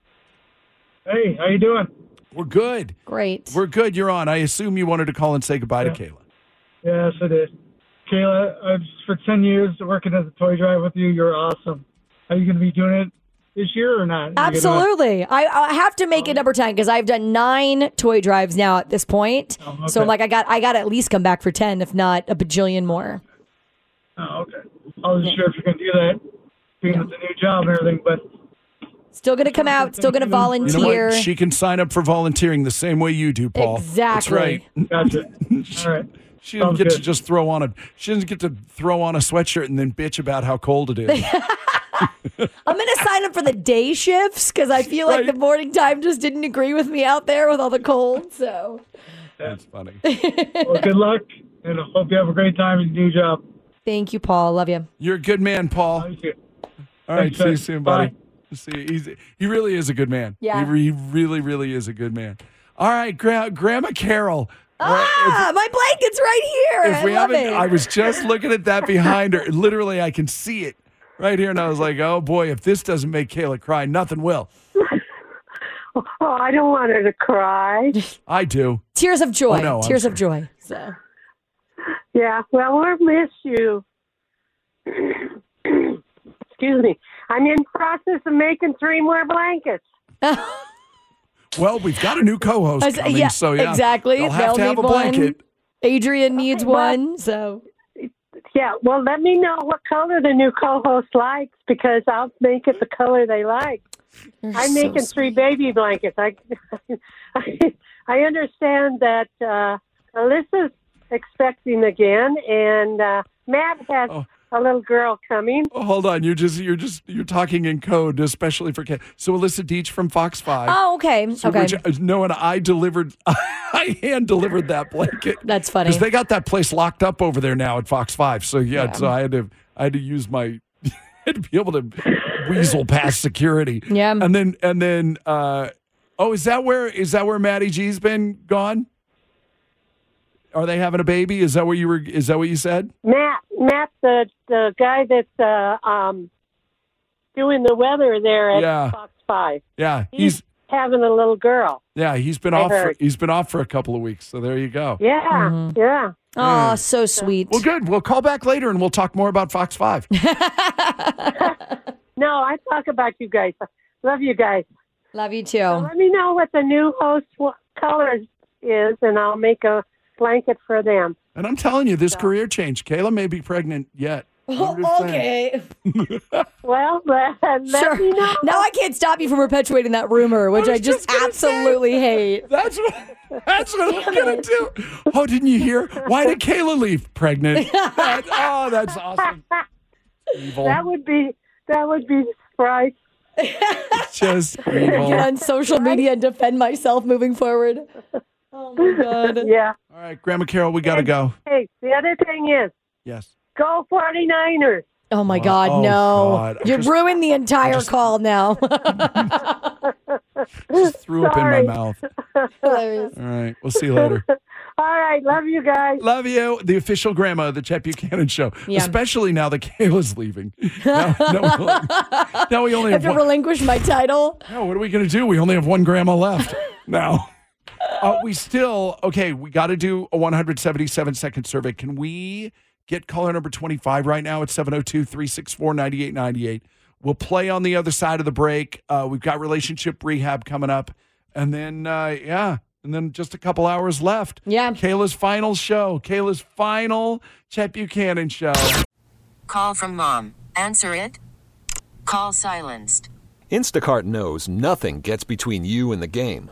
Speaker 12: Hey, how you doing?
Speaker 4: We're good.
Speaker 3: great
Speaker 4: We're good. You're on. I assume you wanted to call and say goodbye to Kayla.
Speaker 12: Yes, I did. Kayla, I've for ten years working at the toy drive with you. You're awesome. Are you going to be doing it this year or not? Are you gonna-
Speaker 3: Absolutely. I, I have to make it number 10 because I've done nine toy drives now at this point. So I'm
Speaker 4: Oh,
Speaker 12: okay.
Speaker 3: like, I got I got to at least come back for 10, if not a bajillion more.
Speaker 12: Oh, okay. I wasn't sure if you're going to do that, being with the new job and everything. But uh,
Speaker 3: Still going to come out, still going to
Speaker 4: You know
Speaker 3: volunteer.
Speaker 4: what?
Speaker 3: (laughs)
Speaker 4: She can sign up for volunteering the same way you do, Paul. That's
Speaker 3: Exactly.
Speaker 4: right.
Speaker 12: gotcha. All right.
Speaker 4: (laughs) She doesn't
Speaker 12: Sounds
Speaker 4: get to
Speaker 12: good.
Speaker 4: just throw on a she doesn't get to throw on a sweatshirt and then bitch about how cold
Speaker 3: (laughs)
Speaker 4: it is.
Speaker 3: I'm going to sign up for the day shifts because I feel like the morning time just didn't agree with me out there with all the cold. So
Speaker 4: That's funny.
Speaker 12: Well, good luck, and I hope you have a great time in your new job.
Speaker 3: (laughs) thank you, Paul. Love you.
Speaker 4: You're a good man, Paul.
Speaker 12: Thank you.
Speaker 4: All right,
Speaker 12: Thanks,
Speaker 4: see you
Speaker 12: sir.
Speaker 4: soon,
Speaker 12: Bye.
Speaker 4: buddy. See, you. he's, he really is a good man.
Speaker 3: Yeah.
Speaker 4: he, re- he really, really is a good man. All right, Gra- Grandma Carol. All right,
Speaker 3: Ah, my blanket's right here. I love it.
Speaker 4: I was just looking at that behind her. Literally, I can see it right here, and I was like, "Oh boy, if this doesn't make Kayla cry, nothing will."
Speaker 13: Oh, I don't want her to cry.
Speaker 4: I do.
Speaker 3: (laughs) Tears of joy.
Speaker 4: Oh, no, I'm
Speaker 3: Tears of joy. So
Speaker 13: Yeah, well, we'll miss you. Excuse me. I'm in process of making three more blankets.
Speaker 4: Well, we've got a new co-host
Speaker 3: I was-
Speaker 4: coming,
Speaker 3: yeah,
Speaker 4: so yeah,
Speaker 3: exactly.
Speaker 4: They'll have
Speaker 3: They'll
Speaker 4: to have a
Speaker 3: need one.
Speaker 4: blanket.
Speaker 3: (laughs) Adrian needs one. So
Speaker 13: Yeah, well, let me know what color the new co-host likes because I'll make it the color they like. I'm
Speaker 3: so
Speaker 13: making three baby blankets. I, (laughs) I, I understand that uh, Alyssa's expecting again, and uh, Matt has a little girl coming.
Speaker 4: Oh, hold on, you're just you're just you're talking in code, especially for Kay. So Alyssa Deach from Fox Five.
Speaker 3: Oh, okay.
Speaker 4: So
Speaker 3: okay.
Speaker 4: which, uh, no, and I delivered, (laughs) I hand delivered that blanket.
Speaker 3: That's funny.
Speaker 4: Because they got that place locked up over there now at Fox Five. So yeah,
Speaker 3: Yeah.
Speaker 4: so I had to, I had to use my, (laughs) I had to be able to weasel past security.
Speaker 3: (laughs) Yeah.
Speaker 4: And then, and then, uh, oh, is that where is that where Maddie G's been gone? Are they having a baby? Is that what you were? Is that what you said?
Speaker 13: Matt, Matt, the the guy that's uh, um, doing the weather there at
Speaker 4: Yeah.
Speaker 13: Fox Five,
Speaker 4: Yeah, he's
Speaker 13: having a little girl.
Speaker 4: yeah he's been
Speaker 13: I
Speaker 4: off. For,
Speaker 13: heard.
Speaker 4: he's been off for a couple of weeks. So there you go.
Speaker 13: Yeah, yeah.
Speaker 3: Oh, so sweet.
Speaker 4: Well, good. We'll call back later and we'll talk more about Fox
Speaker 3: (laughs)
Speaker 4: Five.
Speaker 13: No, I talk about you guys. Love you guys.
Speaker 3: Love you too.
Speaker 13: Let me know what the new host wa- color is, and I'll make a blanket for them.
Speaker 4: And I'm telling you, this career change. Kayla may be pregnant yet.
Speaker 3: Oh,
Speaker 4: I'm just saying. (laughs)
Speaker 13: well, let,
Speaker 3: sure. Now I can't stop you from perpetuating that rumor, which I, just, absolutely hate. (laughs)
Speaker 4: That's what, (laughs) that's what I'm gonna do. Oh, didn't you hear? Why did Kayla leave
Speaker 3: (laughs)
Speaker 4: pregnant? That- oh, that's awesome. Evil.
Speaker 13: That would be that would be right.
Speaker 3: (laughs)
Speaker 4: Just evil.
Speaker 3: Get on social media and defend myself moving forward.
Speaker 4: (laughs)
Speaker 3: Oh my god.
Speaker 13: Yeah.
Speaker 4: All right, Grandma Carol, we gotta go.
Speaker 13: Hey, the other thing is
Speaker 4: Yes.
Speaker 13: go 49ers.
Speaker 3: Oh my god,
Speaker 4: oh,
Speaker 3: no.
Speaker 4: God. I
Speaker 3: You
Speaker 4: just-
Speaker 3: ruined the entire call
Speaker 4: (laughs)
Speaker 3: now. (laughs)
Speaker 13: (laughs)
Speaker 4: Threw up in my mouth.
Speaker 3: Hilarious.
Speaker 4: All right, we'll see
Speaker 3: (laughs)
Speaker 4: you later.
Speaker 13: All right, love you guys.
Speaker 4: Love you, the official grandma of the Chet Buchanan Show.
Speaker 3: Yeah.
Speaker 4: Especially now that Kayla's leaving. (laughs) Now, now we only- now we only
Speaker 3: I (laughs) have
Speaker 4: have
Speaker 3: to
Speaker 4: one.
Speaker 3: relinquish my title.
Speaker 4: Now what are we gonna do? We only have one
Speaker 3: (laughs)
Speaker 4: grandma left now. Uh, we still okay. We got to do a 177 second survey. Can we get caller number 25 right now at 702 364 9898? We'll play on the other side of the break. Uh, we've got relationship rehab coming up, and then uh, yeah, and then just a couple hours left.
Speaker 3: Yeah,
Speaker 4: Kayla's final show. Kayla's final Chet Buchanan show.
Speaker 14: Call from mom. Answer it. Call silenced.
Speaker 15: Instacart knows nothing gets between you and the game.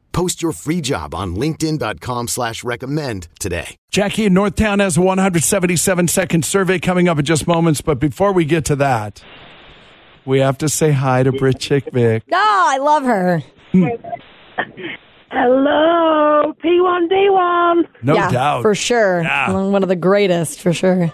Speaker 16: Post your free job on linkedin.com/recommend slash recommend today.
Speaker 4: Jackie in Northtown has a 177 second survey coming up in just moments. But before we get to that, we have to say hi to Britt Chickvick.
Speaker 3: No, I love her.
Speaker 13: (laughs) Hello, P1D1.
Speaker 4: No
Speaker 3: yeah,
Speaker 4: doubt.
Speaker 3: For sure.
Speaker 4: Yeah.
Speaker 3: One of the greatest, for sure.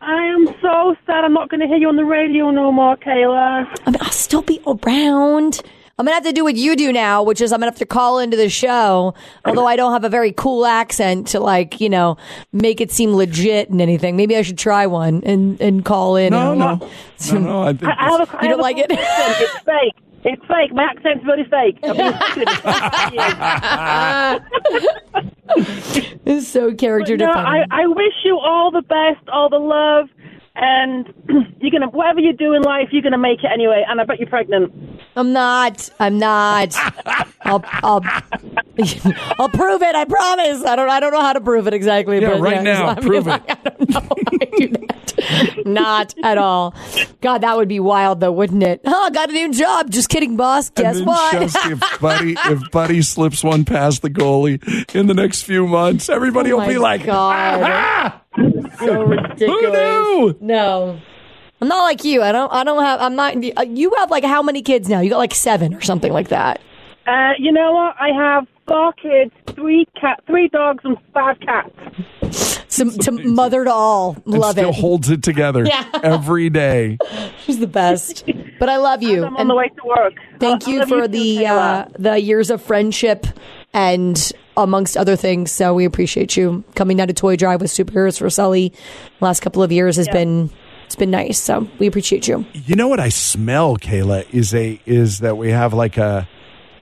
Speaker 13: I am so sad I'm not going to hear you on the radio no more, Kayla.
Speaker 3: I mean, I'll still be around. I'm going to have to do what you do now, which is I'm going to have to call into the show, although I don't have a very cool accent to, like, you know, make it seem legit and anything. Maybe I should try one and, and call in.
Speaker 4: No,
Speaker 3: I don't
Speaker 4: no.
Speaker 3: know.
Speaker 4: No, no, I think
Speaker 13: I have a, I
Speaker 3: You
Speaker 13: have
Speaker 3: don't
Speaker 13: a
Speaker 3: like it? (laughs)
Speaker 13: accent. It's fake. It's fake. My accent's really fake. I mean,
Speaker 3: It's so character
Speaker 13: no, I,
Speaker 3: defining.
Speaker 13: I wish you all the best, all the love, and (clears throat) you're gonna whatever you do in life, you're gonna make it anyway. And I bet you're pregnant.
Speaker 3: I'm not. I'm not. I'll, I'll, (laughs) I'll prove it. I promise. I don't. I don't know how to prove it exactly.
Speaker 4: Yeah,
Speaker 3: but
Speaker 4: right now,
Speaker 3: (laughs) I mean,
Speaker 4: prove
Speaker 3: like, I don't know how to do that. not at all. God, that would be wild, though, wouldn't it? Oh, got a new job. Just kidding, boss. (laughs) Guess
Speaker 4: and then
Speaker 3: what? (laughs)
Speaker 4: just if Buddy if Buddy slips one past the goalie in the next few months, everybody
Speaker 3: Oh
Speaker 4: will be
Speaker 3: my
Speaker 4: like, (laughs)
Speaker 3: God.
Speaker 4: "Ah,
Speaker 3: so ridiculous.
Speaker 4: Who knew?
Speaker 3: No. I'm not like you. I don't. I don't have. I'm not. uh, You have like how many kids now? You got like seven or something like that.
Speaker 13: Uh, you know what? I have four kids, three cat, three dogs, and five cats.
Speaker 3: Some to mother to all.
Speaker 4: and
Speaker 3: Love
Speaker 4: still
Speaker 3: it.
Speaker 4: holds it
Speaker 3: (laughs)
Speaker 4: together
Speaker 3: Yeah.
Speaker 4: every day."
Speaker 3: She's the best. But I love you.
Speaker 13: (laughs) I'm on the way to work.
Speaker 3: Thank
Speaker 13: (laughs) I- I
Speaker 3: you
Speaker 13: love
Speaker 3: for
Speaker 13: you too,
Speaker 3: the uh,
Speaker 13: Kayla.
Speaker 3: the years of friendship and amongst other things. So we appreciate you coming down to Toy Drive with superheroes for Sully. Last couple of years has been it's been nice. So we appreciate you.
Speaker 4: You know what I smell, Kayla, is a is that we have like a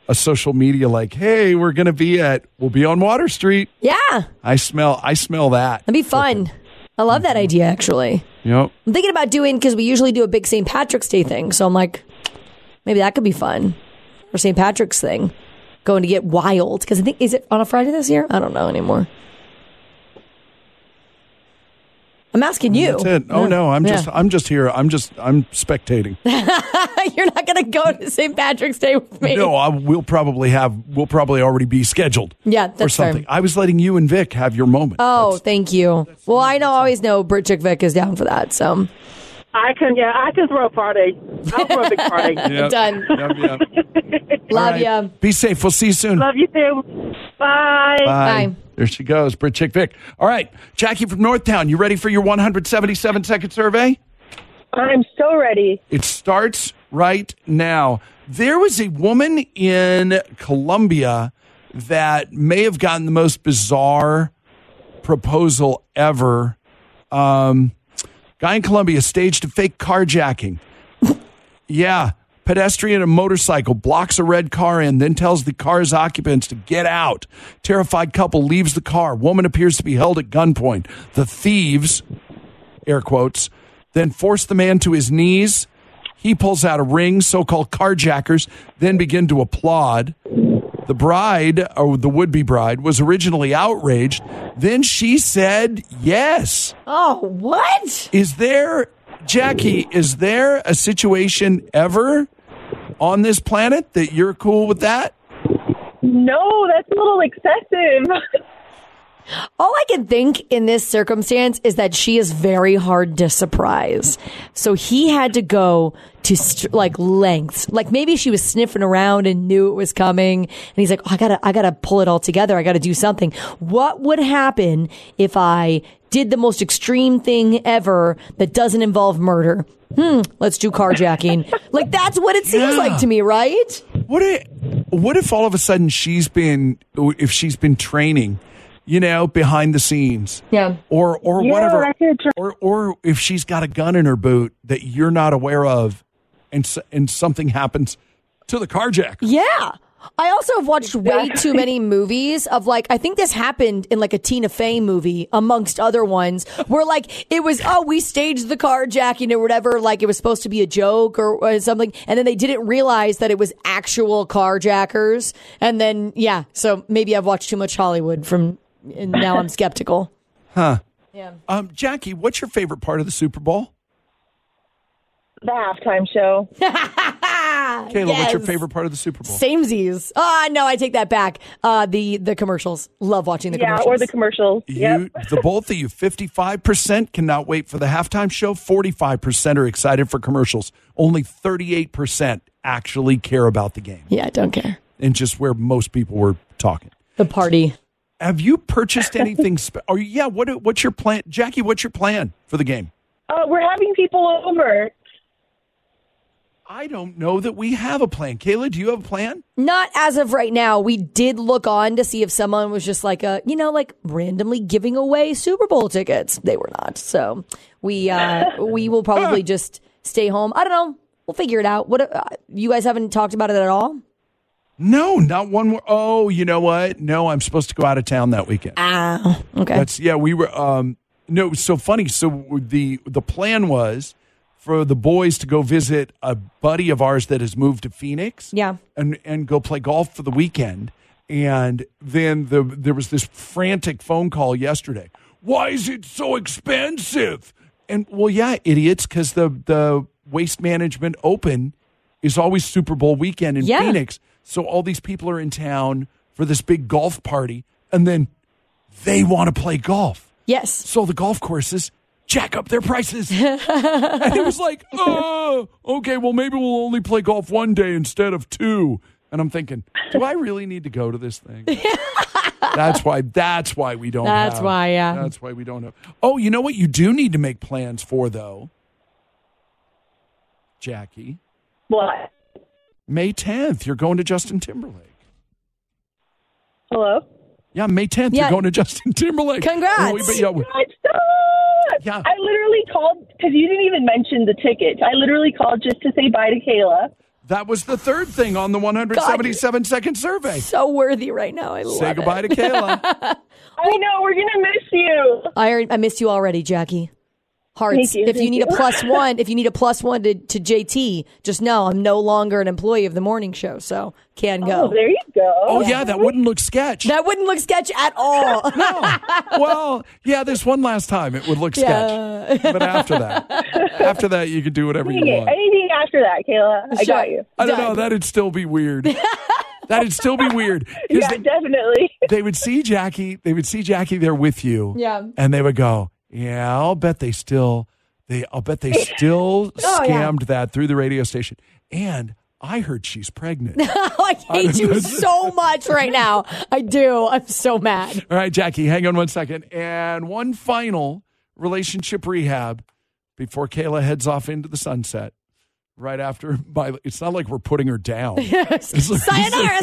Speaker 4: a social media like, "Hey, we're going to be at we'll be on Water Street."
Speaker 3: Yeah, that'd
Speaker 4: I smell I smell that.
Speaker 3: be fun. I love that idea. Actually,
Speaker 4: Yep.
Speaker 3: I'm thinking about doing because we usually do a big St. Patrick's Day thing. So I'm like, Maybe that could be fun for St. Patrick's thing. Going to get wild because I think is it on a Friday this year? I don't know anymore. I'm asking you.
Speaker 4: That's it. Oh no, I'm just I'm just here. I'm just
Speaker 3: (laughs)
Speaker 4: I'm spectating.
Speaker 3: You're not going to go to St. Patrick's Day with me.
Speaker 4: No, I, we'll probably have we'll probably already be scheduled.
Speaker 3: Yeah,
Speaker 4: or
Speaker 3: that's fair.
Speaker 4: something. I was letting you and Vic have your moment.
Speaker 3: Oh, (laughs) thank you. Well, I know always know Britt Vic is down for that. So
Speaker 13: I can, yeah, I can throw a party. I'll throw a big party.
Speaker 3: (laughs)
Speaker 4: Yep.
Speaker 3: done.
Speaker 4: Yep, yep.
Speaker 3: Love ya. you.
Speaker 4: Be safe. We'll see you soon.
Speaker 13: Love you too. Bye.
Speaker 4: There she goes, Britt Chick Vic. All right, Jackie from Northtown, you ready for your 177 second survey?
Speaker 13: I'm so ready.
Speaker 4: It starts right now. There was a woman in Colombia that may have gotten the most bizarre proposal ever. Um, guy in Colombia staged a fake carjacking. yeah, pedestrian and motorcycle blocks a red car in, then tells the car's occupants to get out. Terrified couple leaves the car. Woman appears to be held at gunpoint. The thieves, air quotes, then force the man to his knees. He pulls out a ring, so called carjackers, then begin to applaud. The bride, or the would be bride, was originally outraged. Then she said yes.
Speaker 3: Oh, what?
Speaker 4: Is there, Jackie, is there a situation ever on this planet that you're cool with that?
Speaker 13: No, that's a little excessive.
Speaker 3: All I can think in this circumstance is that she is very hard to surprise. So he had to go to st- like lengths. Like maybe she was sniffing around and knew it was coming and he's like, oh, "I got to I got to pull it all together. I got to do something." What would happen if I did the most extreme thing ever that doesn't involve murder? Hmm, let's do
Speaker 13: (laughs)
Speaker 3: carjacking. like that's what it seems
Speaker 4: Yeah.
Speaker 3: like to me, right?
Speaker 4: What if, what if all of a sudden she's been if she's been training, you know, behind the scenes?
Speaker 3: Yeah.
Speaker 4: Or or
Speaker 3: Yeah,
Speaker 4: whatever.
Speaker 3: that's it.
Speaker 4: Or or if she's got a gun in her boot that you're not aware of and s- and something happens to the carjack.
Speaker 3: Yeah. I also have watched way too many movies of like, I think this happened in like a Tina Fey movie, amongst other ones, where like it was, oh, we staged the carjacking or whatever, like it was supposed to be a joke or, or something. And then they didn't realize that it was actual carjackers. And then, yeah, so maybe I've watched too much Hollywood from, and now I'm skeptical.
Speaker 4: Huh.
Speaker 3: Yeah.
Speaker 4: Um Jackie, what's your favorite part of the Super Bowl?
Speaker 13: The halftime
Speaker 3: (laughs)
Speaker 13: show.
Speaker 4: Kayla, what's your favorite part of the Super Bowl?
Speaker 3: Samesies. Ah, no, I take that back. Uh, the, the commercials. Love watching the commercials.
Speaker 13: commercials.
Speaker 4: You, the both of you, 55% cannot wait for the halftime show. 45% are excited for commercials. Only 38% actually care about the game.
Speaker 3: Yeah, I don't care.
Speaker 4: And just where most people were talking.
Speaker 3: The party.
Speaker 4: Have you purchased anything? Spe- oh, yeah. What, what's your plan? Jackie, what's your plan for the game?
Speaker 13: Uh, we're having people over.
Speaker 4: I don't know that we have a plan. Kayla, do you have a plan?
Speaker 3: Not as of right now. We did look on to see if someone was just like a, you know, like randomly giving away Super Bowl tickets. They were not. So we uh we will probably just stay home. I don't know. We'll figure it out. What uh, you guys haven't talked about it at all?
Speaker 4: No, not one more. Oh, you know what? No, I'm supposed to go out of town that weekend.
Speaker 3: Ah, okay.
Speaker 4: That's yeah. We were um no. So funny. So the the plan was for the boys to go visit a buddy of ours that has moved to Phoenix.
Speaker 3: Yeah.
Speaker 4: and and go play golf for the weekend. And then the there was this frantic phone call yesterday. Why is it so expensive? And well, yeah, idiots, because the the waste management open is always Super Bowl weekend in
Speaker 3: Yeah.
Speaker 4: Phoenix. So all these people are in town for this big golf party, and then they want to play golf.
Speaker 3: Yes.
Speaker 4: So the golf courses jack up their prices. (laughs) and it was like, oh, okay, well, maybe we'll only play golf one day instead of two. And I'm thinking, do I really need to go to this thing? that's why. That's why we don't.
Speaker 3: That's
Speaker 4: have-
Speaker 3: why, yeah.
Speaker 4: That's why we don't have. Oh, you know what? You do need to make plans for though, Jackie.
Speaker 13: What?
Speaker 4: May 10th, you're going to Justin Timberlake.
Speaker 13: Hello?
Speaker 4: Yeah, May 10th,
Speaker 13: Yeah.
Speaker 4: you're going to Justin
Speaker 3: (laughs)
Speaker 4: Timberlake. Oh,
Speaker 13: Congrats.
Speaker 4: We- but yeah, we-
Speaker 13: God, Oh stop! I literally called because you didn't even mention the tickets. I literally called just to say bye to Kayla.
Speaker 4: That was the third thing on the 177 second survey.
Speaker 3: So worthy right now. I love
Speaker 4: Say goodbye (laughs) to Kayla.
Speaker 13: I know we're gonna miss you.
Speaker 3: I I missed you already, Jackie. hearts.
Speaker 17: Thank you,
Speaker 3: if you
Speaker 17: thank
Speaker 3: need a
Speaker 17: you. (laughs)
Speaker 3: plus one, if you need a plus one to, to JT, just know I'm no longer an employee of the morning show, so can go.
Speaker 17: Oh, there you go.
Speaker 4: Oh, yeah, that wouldn't look sketch.
Speaker 3: That wouldn't look sketch at all.
Speaker 4: (laughs) no. Well, yeah, there's one last time it would look sketch. But after that, after that, you could do whatever you
Speaker 11: Dang it.
Speaker 4: want.
Speaker 11: Anything after that, Kayla. I got you.
Speaker 4: I don't know. That'd still be weird.
Speaker 3: (laughs)
Speaker 4: That'd still be weird. 'Cause
Speaker 11: Yeah,
Speaker 4: they-
Speaker 11: definitely.
Speaker 4: they would see Jackie. They would see Jackie there with you.
Speaker 11: Yeah.
Speaker 4: And they would go, "Yeah, I'll bet they still, they,
Speaker 11: (laughs)
Speaker 4: I'll bet they still
Speaker 3: Oh, yeah.
Speaker 4: scammed that through the radio station." And I heard she's pregnant.
Speaker 3: (laughs) I hate you so much right now. I do. I'm so mad.
Speaker 4: All right, Jackie, hang on one second. And one final relationship rehab before Kayla heads off into the sunset. Right after my, it's not like we're putting
Speaker 3: (laughs)
Speaker 4: her down. (laughs) It's like-
Speaker 3: Sayonara, suckers.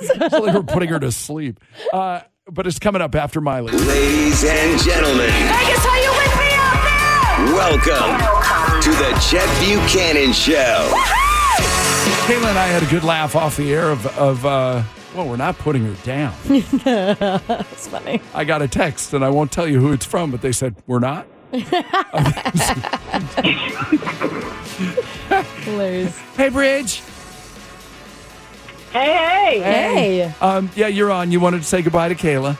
Speaker 4: it's not like we're putting her to sleep. Uh, but it's coming up after Miley.
Speaker 2: Ladies and gentlemen. Vegas, how you with me out there? Welcome to the Chet Buchanan Show.
Speaker 4: Kayla and I had a good laugh off the air of, of uh, well, we're not putting her down.
Speaker 3: That's funny.
Speaker 4: I got a text, and I won't tell you who it's from, but they said, we're not.
Speaker 3: Hilarious.
Speaker 4: Hey, Bridge.
Speaker 11: Hey, hey.
Speaker 4: Um, yeah, you're on. You wanted to say goodbye to Kayla.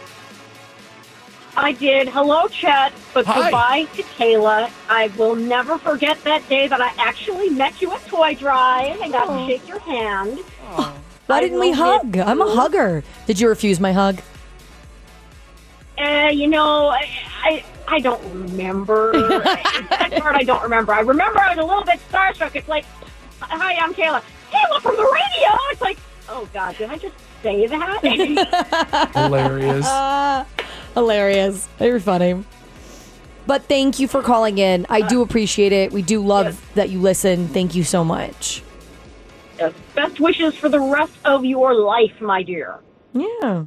Speaker 11: I did. Hello, Chet. But
Speaker 4: Hi.
Speaker 11: goodbye to Kayla. I will never forget that day that I actually met you at Toy Drive and got to shake your hand.
Speaker 3: Why didn't we hug? I'm a hugger. Did you refuse my hug?
Speaker 11: Uh, you know, I, I, I don't
Speaker 4: (laughs)
Speaker 11: remember. that part I don't remember. I remember I was a little bit starstruck. It's like, hi, I'm Kayla. Kayla from the radio. It's like, oh, God, did I just say
Speaker 4: (laughs)
Speaker 11: that?
Speaker 4: Hilarious.
Speaker 3: (laughs) Hilarious. You're funny. But thank you for calling in. I do appreciate it. We do love that you listen. Thank you so much.
Speaker 11: Best wishes for the rest of your life, my dear.
Speaker 3: Yeah.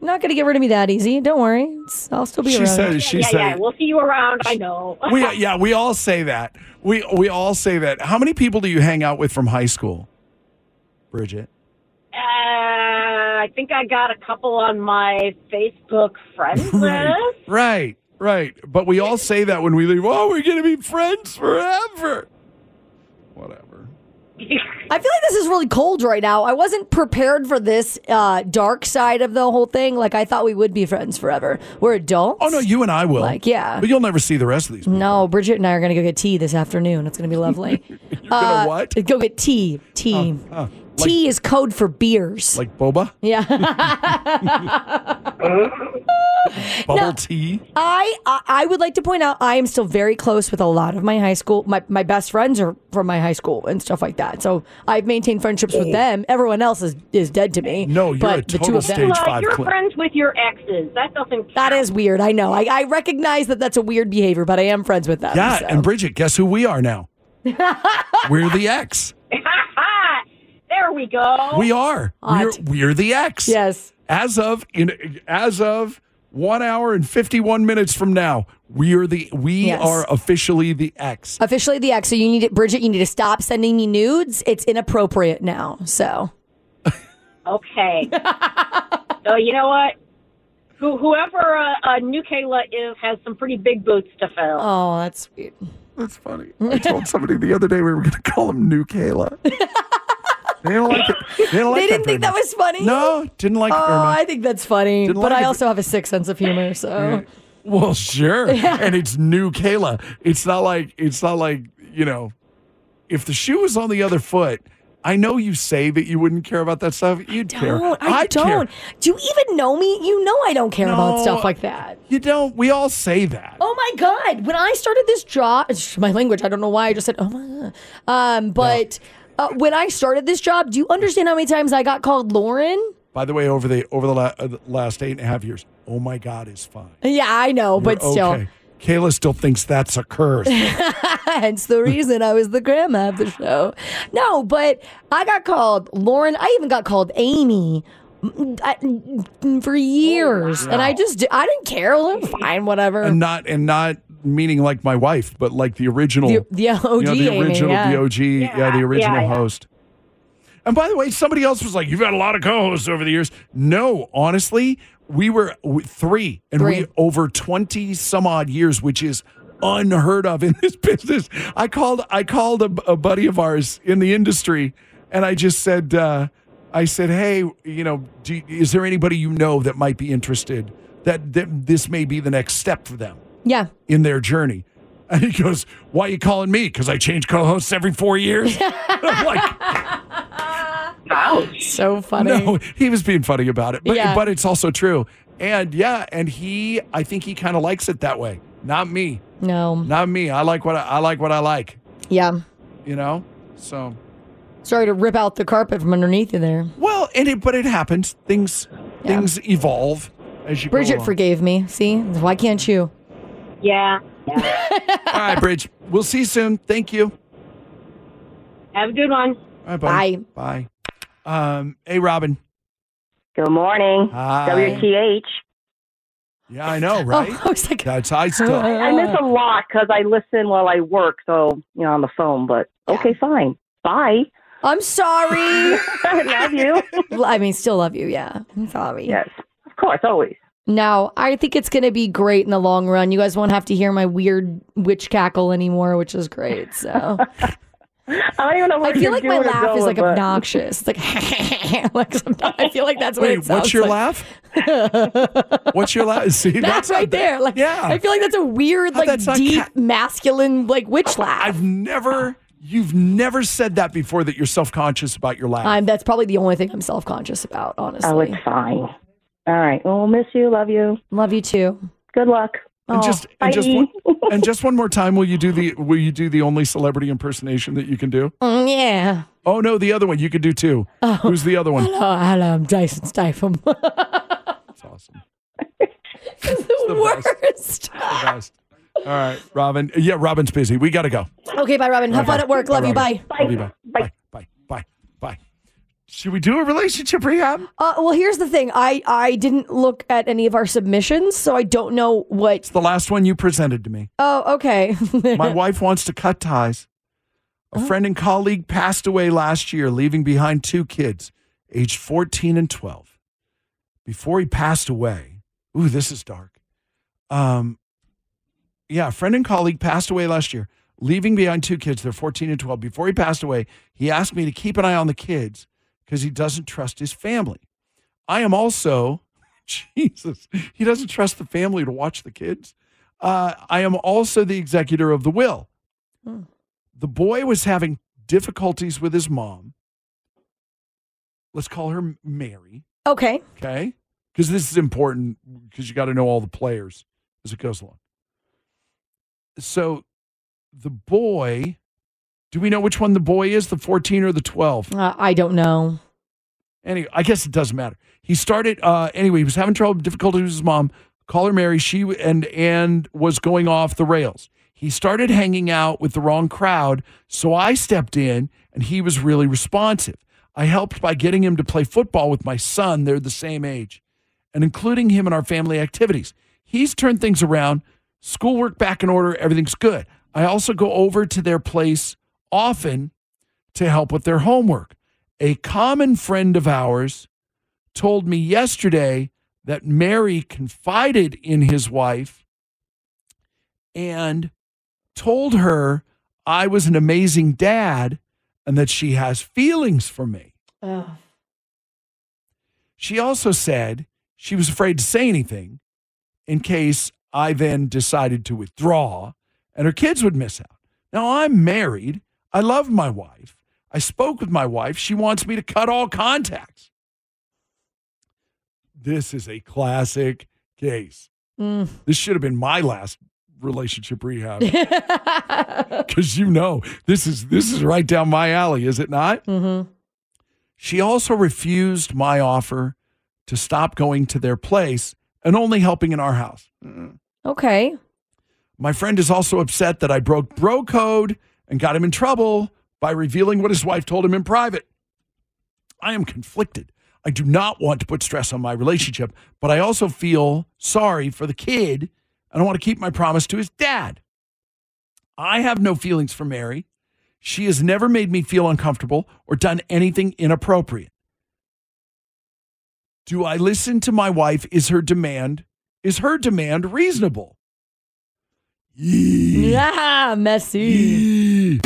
Speaker 3: Not going to get rid of me that easy. Don't worry. It's, I'll still be
Speaker 4: She
Speaker 3: around.
Speaker 4: said- she Yeah, yeah, said- yeah.
Speaker 11: We'll see you around. I know.
Speaker 4: We,
Speaker 3: (laughs)
Speaker 4: uh,
Speaker 11: (laughs)
Speaker 4: yeah, we all say that. We, we all say that. How many people do you hang out with from high school, Bridget?
Speaker 11: Uh, I think I got a couple on my Facebook
Speaker 4: (laughs)
Speaker 11: friends list.
Speaker 4: Right, right. But we all say that when we leave. Oh, we're going to be friends forever.
Speaker 3: I feel like this is really cold right now. I wasn't prepared for this uh, dark side of the whole thing. Like, I thought we would be friends forever. We're adults.
Speaker 4: Oh, no, you and I will.
Speaker 3: Like, yeah.
Speaker 4: But you'll never see the rest
Speaker 3: (laughs)
Speaker 4: of these.
Speaker 3: No, Bridget and I are going to go get tea this afternoon. It's going to be
Speaker 4: (laughs)
Speaker 3: lovely. You're
Speaker 4: gonna what?
Speaker 3: Uh,
Speaker 4: Oh,
Speaker 3: Go get tea. Tea.
Speaker 4: Huh.
Speaker 3: tea is code for beers.
Speaker 4: Like boba?
Speaker 3: (laughs) yeah.
Speaker 4: Bubble tea?
Speaker 3: I, I I would like to point out I am still very close with a lot of my high school. My my best friends are from my high school and stuff like that. So I've maintained friendships with them. Everyone else is is dead to me. No,
Speaker 4: Oh. you're
Speaker 3: but
Speaker 4: a
Speaker 3: the two
Speaker 4: total
Speaker 3: of them.
Speaker 4: stage five
Speaker 11: You're
Speaker 4: Clint.
Speaker 11: friends with your exes. That doesn't.
Speaker 3: That is weird. I know. I, I recognize that that's a weird behavior, but I am friends with them.
Speaker 4: Yeah,
Speaker 3: so. (laughs)
Speaker 4: and Bridget, guess who we are now? we're the ex.
Speaker 18: (laughs)
Speaker 11: There we go.
Speaker 4: We are. We're, we're the ex.
Speaker 3: Oh, Yes.
Speaker 4: As of in as of one hour and fifty one minutes from now, we are the we
Speaker 3: Yes.
Speaker 4: are officially the ex.
Speaker 3: Officially the ex. So you need to, Bridget, you need to stop sending me nudes. It's inappropriate now. So (laughs)
Speaker 11: Okay. so you know what? Who, whoever uh, uh, new Kayla is has some pretty big boots to fill.
Speaker 3: Oh, that's weird.
Speaker 4: That's funny.
Speaker 3: (laughs)
Speaker 4: I told somebody the other day we were going to call him New Kayla. they don't like it. They, don't like
Speaker 3: They didn't think
Speaker 4: very
Speaker 3: that
Speaker 4: much.
Speaker 3: was funny?
Speaker 4: No, didn't like it
Speaker 3: oh,
Speaker 4: very much.
Speaker 3: I think that's funny.
Speaker 4: Didn't
Speaker 3: but
Speaker 4: like
Speaker 3: I
Speaker 4: it.
Speaker 3: also have a sick sense of humor. So
Speaker 4: Well,
Speaker 3: (laughs)
Speaker 4: sure.
Speaker 3: Yeah.
Speaker 4: And it's new Kayla. It's not like it's not like, you know, if the shoe was on the other foot, I know you say that you wouldn't care about that stuff. You'd care.
Speaker 3: don't. I,
Speaker 4: I'd care.
Speaker 3: don't. Do you even know me? You know I don't care about
Speaker 4: No,
Speaker 3: stuff like that.
Speaker 4: You don't. We all say that.
Speaker 3: Oh my god! When I started this job, it's my language. I don't know why I just said oh my god. Um, but uh, when I started this job, do you understand how many times I got called Lauren?
Speaker 4: By the way, over the over the, la- uh, the last eight and a half years, oh my God, is fine.
Speaker 3: Yeah, I know, Oh, but
Speaker 4: You're
Speaker 3: still.
Speaker 4: okay. Kayla still thinks that's
Speaker 3: (laughs)
Speaker 4: a curse.
Speaker 3: Hence the reason I was the grandma of the show. No, but I got called Lauren. I even got called Amy mm, I- for years, and I just di- I didn't care. Well, Fine, whatever.
Speaker 4: Oh, and not and not meaning like my wife, but like the original,
Speaker 3: The- the
Speaker 4: you know,
Speaker 3: OG
Speaker 4: the
Speaker 3: Amy,
Speaker 4: original,
Speaker 3: yeah.
Speaker 4: the OG, yeah, the original
Speaker 3: yeah.
Speaker 4: host. And by the way, somebody else was like, "You've had a lot of co-hosts over the years." No, honestly, we were w- three, and
Speaker 3: Three.
Speaker 4: we over twenty some odd years, which is unheard of in (laughs) this business. I called I called a, a buddy of ours in the industry, and I just said uh, I said, hey, you know, do, is there anybody you know that might be interested that, that this may be the next step for them (laughs)
Speaker 3: Yeah.
Speaker 4: in their journey? And he goes, why are you calling me? Because I change co-hosts every four years.
Speaker 3: So funny.
Speaker 4: No, he was being funny about it, but
Speaker 3: Yeah.
Speaker 4: but it's also true. And yeah, and he, I think he kind of likes it that way. Not me,
Speaker 3: (laughs) No.
Speaker 4: not me. I like what I, I like what I like.
Speaker 3: Yeah.
Speaker 4: You know, so
Speaker 3: Sorry to rip out the carpet from underneath you there.
Speaker 4: well, and it but it happens. Things things evolve as you. go
Speaker 3: Bridget
Speaker 4: along.
Speaker 3: forgave me. See? Why can't you?
Speaker 10: Yeah.
Speaker 4: All right, Bridge. We'll see you soon. Thank you.
Speaker 10: Have a good one.
Speaker 4: All right, buddy. Bye. Bye. Um, hey, Robin.
Speaker 18: Good morning.
Speaker 4: Hi.
Speaker 18: WTH.
Speaker 4: Yeah, I know, right?
Speaker 3: Oh,
Speaker 18: I was like,
Speaker 4: That's I still.
Speaker 18: I, I miss a lot because I listen while I work, so you know on the phone. But okay, fine. Bye.
Speaker 3: I'm sorry.
Speaker 18: (laughs) love you.
Speaker 3: I mean, still love you. Yeah. I'm sorry.
Speaker 18: Yes. Of course, always.
Speaker 3: No, I think it's going to be great in the long run. You guys won't have to hear my weird witch cackle anymore, which is great.
Speaker 18: (laughs)
Speaker 3: So
Speaker 18: I don't even know.
Speaker 3: I
Speaker 18: where
Speaker 3: feel
Speaker 18: you're
Speaker 3: like my
Speaker 18: doing or
Speaker 3: laugh is
Speaker 18: going,
Speaker 3: like (laughs)
Speaker 18: but-
Speaker 3: obnoxious. It's Like, like sometimes (laughs) I feel like that's what
Speaker 4: Wait,
Speaker 3: it sounds
Speaker 4: what's your
Speaker 3: like. (laughs)
Speaker 4: laugh? What's your last? See,
Speaker 3: That's
Speaker 4: that's
Speaker 3: right there. Like,
Speaker 4: yeah.
Speaker 3: I feel like that's a weird, like
Speaker 4: that's not
Speaker 3: deep, masculine, like witch laugh.
Speaker 4: I've never, you've never said that before that you're self conscious about your laugh.
Speaker 3: I'm, that's probably the only thing I'm self conscious about, honestly.
Speaker 18: Oh, it's fine. All right. Well, we'll miss you. Love you.
Speaker 3: Love you too.
Speaker 18: Good luck.
Speaker 4: And just, and just, one, and just one more time, will you do the, will you do the only celebrity impersonation that you can do?
Speaker 3: Mm, yeah.
Speaker 4: Oh no, the other one you could do too. Who's the other one?
Speaker 3: Oh. Hello, hello, I'm Jason Statham. (laughs)
Speaker 4: the worst. the best. All right, Robin. Yeah, Robin's busy. We got to go.
Speaker 3: okay, bye, Robin. Have
Speaker 4: Okay.
Speaker 3: fun at work. Love you. Bye.
Speaker 4: Robin. Love you. Bye. Bye. Bye. Bye. Bye. Should we do a relationship rehab?
Speaker 3: Uh, well, here's the thing. I, I didn't look at any of our submissions, so I don't know what.
Speaker 4: The last one you presented to me.
Speaker 3: Oh, okay. (laughs)
Speaker 4: My wife wants to cut ties. A friend and colleague passed away last year, leaving behind two kids, aged 14 and 12. Before he passed away, ooh, this is dark. Um, yeah, a friend and colleague passed away last year, leaving behind two kids. They're 14 and 12. Before he passed away, he asked me to keep an eye on the kids because he doesn't trust his family. I am also, (laughs) Jesus, he doesn't trust the family to watch the kids. Uh, I am also the executor of the will. The boy was having difficulties with his mom. Let's call her Mary,
Speaker 3: Okay.
Speaker 4: okay? Because this is important because you got to know all the players as it goes along. So the boy, do we know which one the boy is, the 14 or the 12?
Speaker 3: Uh, I don't know.
Speaker 4: Anyway, I guess it doesn't matter. He started uh, anyway. He was having trouble, difficulty with his mom. Call her Mary. She w- and and was going off the rails. He started hanging out with the wrong crowd, so I stepped in, and he was really responsive. I helped by getting him to play football with my son. They're the same age, and including him in our family activities. He's turned things around. Schoolwork back in order. Everything's good. I also go over to their place often to help with their homework. A common friend of ours told me yesterday that Mary confided in his wife and told her I was an amazing dad and that she has feelings for me.
Speaker 3: Oh.
Speaker 4: She also said she was afraid to say anything in case I then decided to withdraw and her kids would miss out. Now I'm married. I love my wife. I spoke with my wife. She wants me to cut all contacts. This is a classic case.
Speaker 3: Mm.
Speaker 4: This should have been my last relationship rehab. Cuz you know, this is this is right down my alley, is it not?
Speaker 3: Mhm.
Speaker 4: She also refused my offer to stop going to their place and only helping in our house.
Speaker 3: Okay.
Speaker 4: My friend is also upset that I broke bro code and got him in trouble by revealing what his wife told him in private. I am conflicted. I do not want to put stress on my relationship, but I also feel sorry for the kid and I want to keep my promise to his dad. I have no feelings for Mary. She has never made me feel uncomfortable or done anything inappropriate. Do I listen to my wife? Is her demand is her demand reasonable?
Speaker 3: Yeah, messy.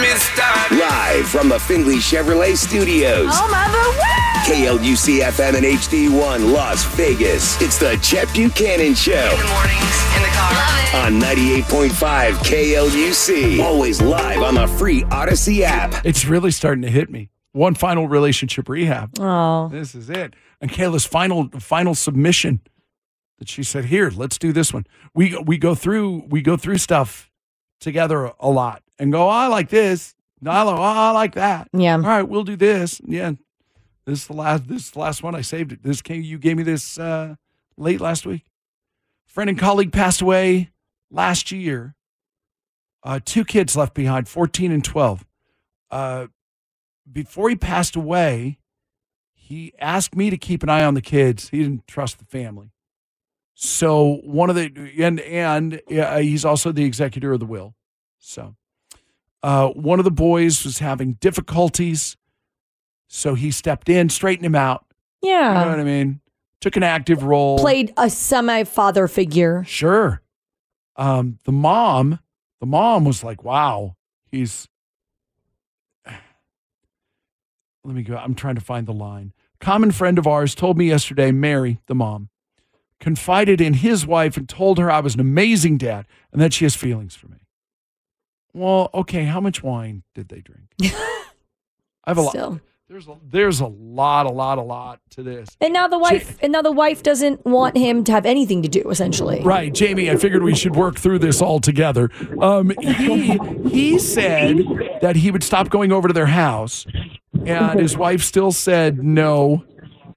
Speaker 2: Live from the Findlay Chevrolet Studios.
Speaker 3: (laughs) Oh, my
Speaker 2: KLUC FM and HD1 Las Vegas. It's the Chet Buchanan Show. In the mornings, in the car. On 98.5 KLUC. Always live on the free Odyssey app.
Speaker 4: It's really starting to hit me. One final relationship rehab.
Speaker 3: Oh.
Speaker 4: This is it. And Kayla's final final submission that she said, "Here, let's do this one." We we go through we go through stuff together a lot and go, oh, "I like this." Nilo, oh, I like that.
Speaker 3: Yeah.
Speaker 4: All right, we'll do this. Yeah. This is the last this is the last one I saved it. This came you gave me this uh late last week. Friend and colleague passed away last year. Uh two kids left behind, 14 and 12. Uh before he passed away, he asked me to keep an eye on the kids. He didn't trust the family. So one of the and and uh, he's also the executor of the will. So uh, one of the boys was having difficulties, so he stepped in, straightened him out.
Speaker 3: Yeah.
Speaker 4: you know what I mean. Took an active role.
Speaker 3: Played a semi father figure.
Speaker 4: Sure. Um, the mom, the mom was like, "Wow, he's." (sighs) Let me go. I'm trying to find the line. Common friend of ours told me yesterday, Mary, the mom, confided in his wife and told her I was an amazing dad and that she has feelings for me. Well, okay, how much wine did
Speaker 3: (laughs)
Speaker 4: they drink? I have a lot.
Speaker 3: Still.
Speaker 4: There's a, there's a lot, a lot, a lot to this.
Speaker 3: And now the wife and now the wife doesn't want him to have anything to do, essentially.
Speaker 4: Right, Jamie, I figured we should work through this all together. Um, he, he said that he would stop going over to their house, and his wife still said no.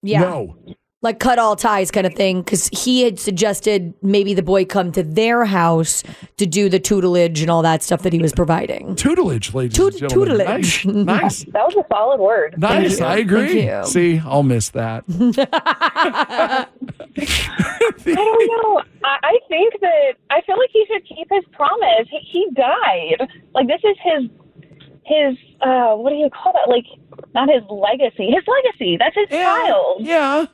Speaker 3: Yeah.
Speaker 4: No.
Speaker 3: Like cut all ties kind of thing. Cause he had suggested maybe the boy come to their house to do the tutelage and all that stuff that he was providing.
Speaker 4: Tutelage, ladies and gentlemen.
Speaker 3: tutelage. (laughs)
Speaker 4: Nice.
Speaker 10: That was a solid word.
Speaker 4: Nice, I agree.
Speaker 10: Thank you.
Speaker 4: See, I'll miss that.
Speaker 10: I don't know. I, I think that I feel like he should keep his promise. He, he died. Like this is his his uh what do you call that? Like not his legacy. His legacy. That's his child.
Speaker 4: Yeah.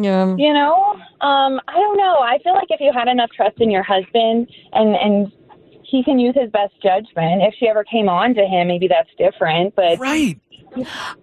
Speaker 3: Yeah.
Speaker 10: You know? Um, I don't know. I feel like if you had enough trust in your husband and and he can use his best judgment. If she ever came on to him, maybe that's different. But
Speaker 4: right.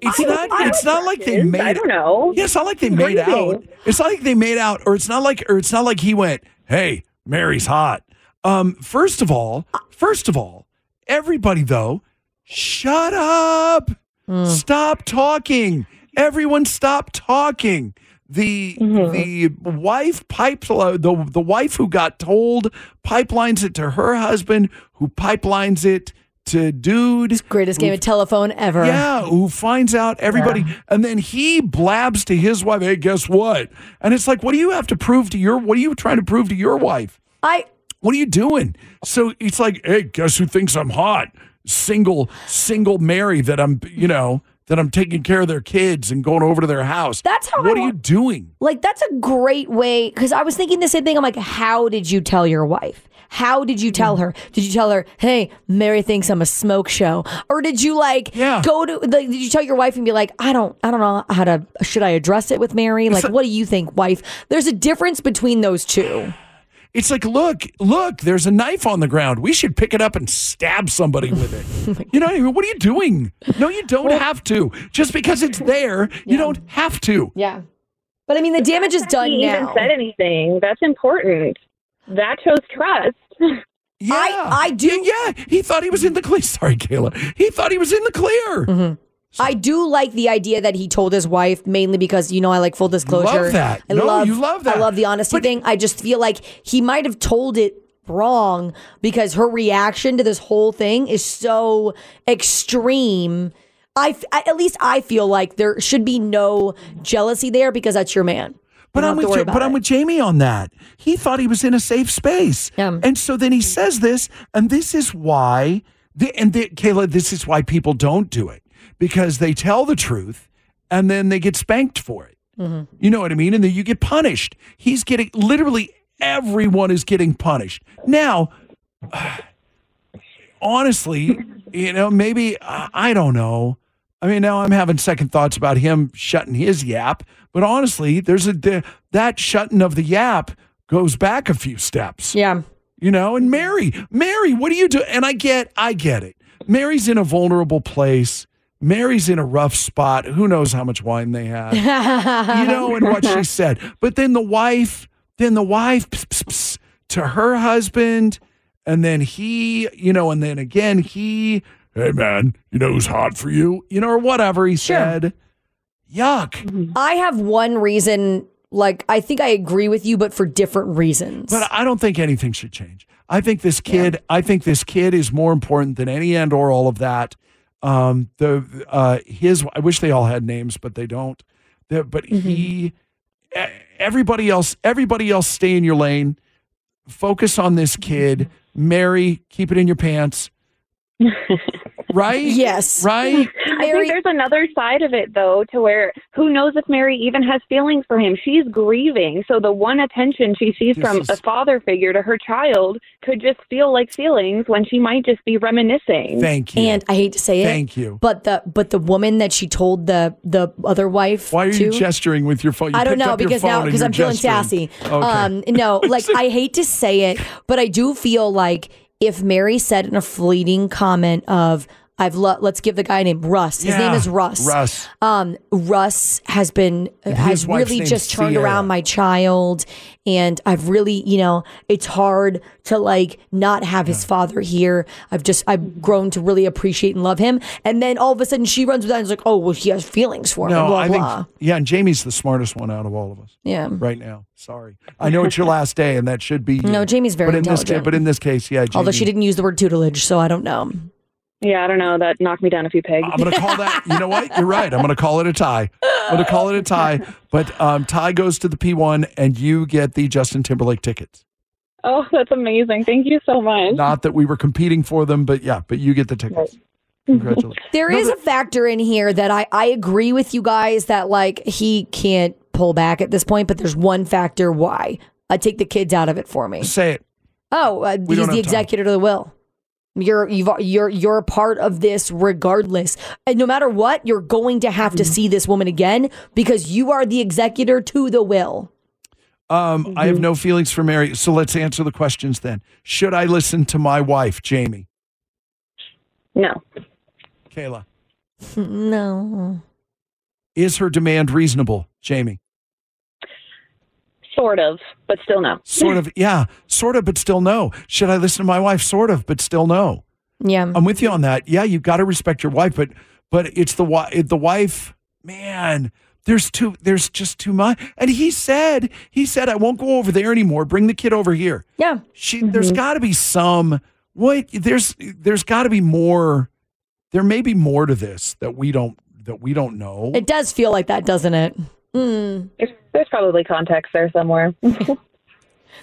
Speaker 4: It's
Speaker 10: I-
Speaker 4: not.
Speaker 10: I
Speaker 4: it's
Speaker 10: have
Speaker 4: not like they
Speaker 10: questions.
Speaker 4: made.
Speaker 10: I don't know.
Speaker 4: Yeah, it's not like they
Speaker 10: It's
Speaker 4: made
Speaker 10: crazy.
Speaker 4: out. It's not like they made out, or it's not like, or it's not like he went, "Hey, Mary's hot." Um, first of all, first of all, everybody though, shut up,
Speaker 10: Hmm.
Speaker 4: stop talking. Everyone, stop talking. The
Speaker 10: Mm-hmm.
Speaker 4: the wife pipe the the wife who got told pipelines it to her husband, who pipelines it to dude.
Speaker 3: Greatest game of telephone ever.
Speaker 4: Yeah, who finds out everybody, and then he blabs to his wife, "Hey, guess what?" And it's like, what do you have to prove to your? What are you trying to prove to your wife?
Speaker 3: I.
Speaker 4: What are you doing? So it's like, hey, guess who thinks I'm hot? Single, single Mary that I'm, you know, that I'm taking care of their kids and going over to their house.
Speaker 3: That's how I
Speaker 4: What are
Speaker 3: wa-
Speaker 4: you doing?
Speaker 3: Like that's a great way because I was thinking the same thing. I'm like, how did you tell your wife? How did you tell her? Did you tell her, "Hey, Mary thinks I'm a smoke show," or did you like go to? Like, did you tell your wife and be like, "I don't, I don't know how to. Should I address it with Mary? Like, what do you think, wife?" There's a difference between those two.
Speaker 4: It's like, look, look, there's a knife on the ground. We should pick it up and stab somebody with
Speaker 3: (laughs) Oh
Speaker 4: it. you know what I mean? What are you doing? No, you don't have to. Just because it's there, you don't have to.
Speaker 3: Yeah, but I mean, the damage is done
Speaker 10: he
Speaker 3: now.
Speaker 10: even said anything. That's important. That shows trust.
Speaker 4: Yeah. I, do. Yeah, he thought he was in the clear. (laughs) Sorry, Kayla. He thought he was in the clear.
Speaker 3: Mm-hmm. I do like the idea that he told his wife mainly because you know I like full disclosure.
Speaker 4: Love that.
Speaker 3: I
Speaker 4: No,
Speaker 3: love,
Speaker 4: you love that.
Speaker 3: I love the honesty thing. I just feel like he might have told it wrong because her reaction to this whole thing is so extreme. I f- I- at least I feel like there should be no jealousy there because that's your man.
Speaker 4: But
Speaker 3: don't
Speaker 4: I'm
Speaker 3: have to
Speaker 4: with
Speaker 3: worry
Speaker 4: Ja-
Speaker 3: about
Speaker 4: but I'm
Speaker 3: it.
Speaker 4: with Jamie on that. He thought he was in a safe space, and so then he says this, and this is why. The, and the, Kayla, this is why people don't do it because they tell the truth, and then they get spanked for it.
Speaker 3: Mm-hmm.
Speaker 4: You know what I mean? And then you get punished. He's getting literally everyone is getting punished now. (sighs) Honestly, you know, maybe I I don't know. I mean, now I'm having second thoughts about him shutting his yap. But honestly, there's a there, that shutting of the yap goes back a few steps.
Speaker 3: Yeah.
Speaker 4: You know, and Mary, Mary, what do you do? And I get, I get it. Mary's in a vulnerable place. Mary's in a rough spot. Who knows how much wine they had?
Speaker 3: Uh-huh.
Speaker 4: you know,
Speaker 3: (laughs)
Speaker 4: and what she said. But then the wife, then the wife pss, pss, pss, to her husband, and then he, you know, and then again he, hey man, you know who's hot for you, you know, or whatever he said. Yuck.
Speaker 3: I have one reason, like, I think I agree with you, but for different reasons.
Speaker 4: But I don't think anything should change. I think this kid. I think this kid is more important than any and or all of that. Um, the uh, his. I wish they all had names, but they don't. The- but
Speaker 3: Mm-hmm.
Speaker 4: he. e- Everybody else. Everybody else. Stay in your lane. Focus on this kid.
Speaker 3: Mm-hmm.
Speaker 4: Mary, keep it in
Speaker 3: (laughs)
Speaker 4: your pants. right.
Speaker 3: Yes.
Speaker 4: (laughs) Right.
Speaker 10: I think there's another side of it though, to where who knows if Mary even has feelings for him. She's grieving, so the one attention she sees
Speaker 4: This
Speaker 10: from
Speaker 4: is-
Speaker 10: a father figure to her child could just feel like feelings when she might just be reminiscing.
Speaker 4: Thank you.
Speaker 3: And I hate to say it.
Speaker 4: Thank you.
Speaker 3: But the but the woman that she told the the other wife.
Speaker 4: Why are
Speaker 3: to,
Speaker 4: you gesturing with your phone? You
Speaker 3: I don't
Speaker 4: picked
Speaker 3: know
Speaker 4: up your
Speaker 3: because now
Speaker 4: phone and
Speaker 3: because
Speaker 4: you're
Speaker 3: I'm feeling
Speaker 4: gesturing.
Speaker 3: sassy.
Speaker 4: Okay.
Speaker 3: Um,
Speaker 4: (laughs)
Speaker 3: no, like I hate to say it, but I do feel like if Mary said in a fleeting comment of "I've lo- let's give the guy a name Russ. His name
Speaker 4: Yeah,
Speaker 3: is Russ.
Speaker 4: Russ.
Speaker 3: Um, Russ has been
Speaker 4: And
Speaker 3: has
Speaker 4: his wife's
Speaker 3: really
Speaker 4: name's
Speaker 3: just turned
Speaker 4: Sierra.
Speaker 3: around my child, and I've really you know it's hard to like not have his father here. I've just
Speaker 4: Mm-hmm.
Speaker 3: I've grown to really appreciate and love him, and then all of a sudden she runs with that and is like, oh well, he has feelings for me.
Speaker 4: no,
Speaker 3: Blah
Speaker 4: I think
Speaker 3: blah.
Speaker 4: yeah, and Jamie's the smartest one out of all of us.
Speaker 3: Yeah.
Speaker 4: right now. Sorry, I know
Speaker 3: (laughs)
Speaker 4: it's your last day, and that should be you.
Speaker 3: No, Jamie's very
Speaker 4: But in this case,
Speaker 3: intelligent.
Speaker 4: but in this case, yeah, Jamie.
Speaker 3: Although she didn't use the word tutelage, so I don't know.
Speaker 10: Yeah, I don't know. That knocked me down a few pegs.
Speaker 4: I'm gonna
Speaker 10: (laughs)
Speaker 4: call that. You know what? You're right. I'm gonna call it a tie. I'm gonna call it a tie. But um, tie goes to the P1, and you get the Justin Timberlake tickets.
Speaker 10: oh, that's amazing. Thank you so much.
Speaker 4: Not that we were competing for them, but yeah, but you get the tickets. Congratulations.
Speaker 3: (laughs) There is a factor in here that I, I agree with you guys that like he can't pull back at this point, but there's one factor why. I take the kids out of it for me.
Speaker 4: Say it.
Speaker 3: Oh, uh,
Speaker 4: We
Speaker 3: he's
Speaker 4: don't have
Speaker 3: the
Speaker 4: time.
Speaker 3: executor of the will. You're you've, you're you're a part of this regardless, and no matter what, you're going to have
Speaker 4: Mm-hmm.
Speaker 3: to see this woman again because you are the executor to the will.
Speaker 4: Um, I have no feelings for Mary. So let's answer the questions then. Should I listen to my wife, Jamie?
Speaker 10: No.
Speaker 4: Kayla.
Speaker 3: (laughs) No.
Speaker 4: Is her demand reasonable, Jamie?
Speaker 10: Sort of, but still no.
Speaker 4: Sort of, yeah, sort of, but still no. Should I listen to my wife? Sort of, but still no.
Speaker 3: Yeah.
Speaker 4: I'm with you on that. Yeah, you've got to respect your wife, but but it's the wi- it- the wife, man. There's too there's just too much. And he said he said I won't go over there anymore. Bring the kid over here.
Speaker 3: Yeah.
Speaker 4: She there's got to be some what there's there's got to be more. There may be more to this that we don't that we don't know.
Speaker 3: It does feel like that, doesn't it? Mm.
Speaker 10: There's, there's probably context there somewhere. (laughs)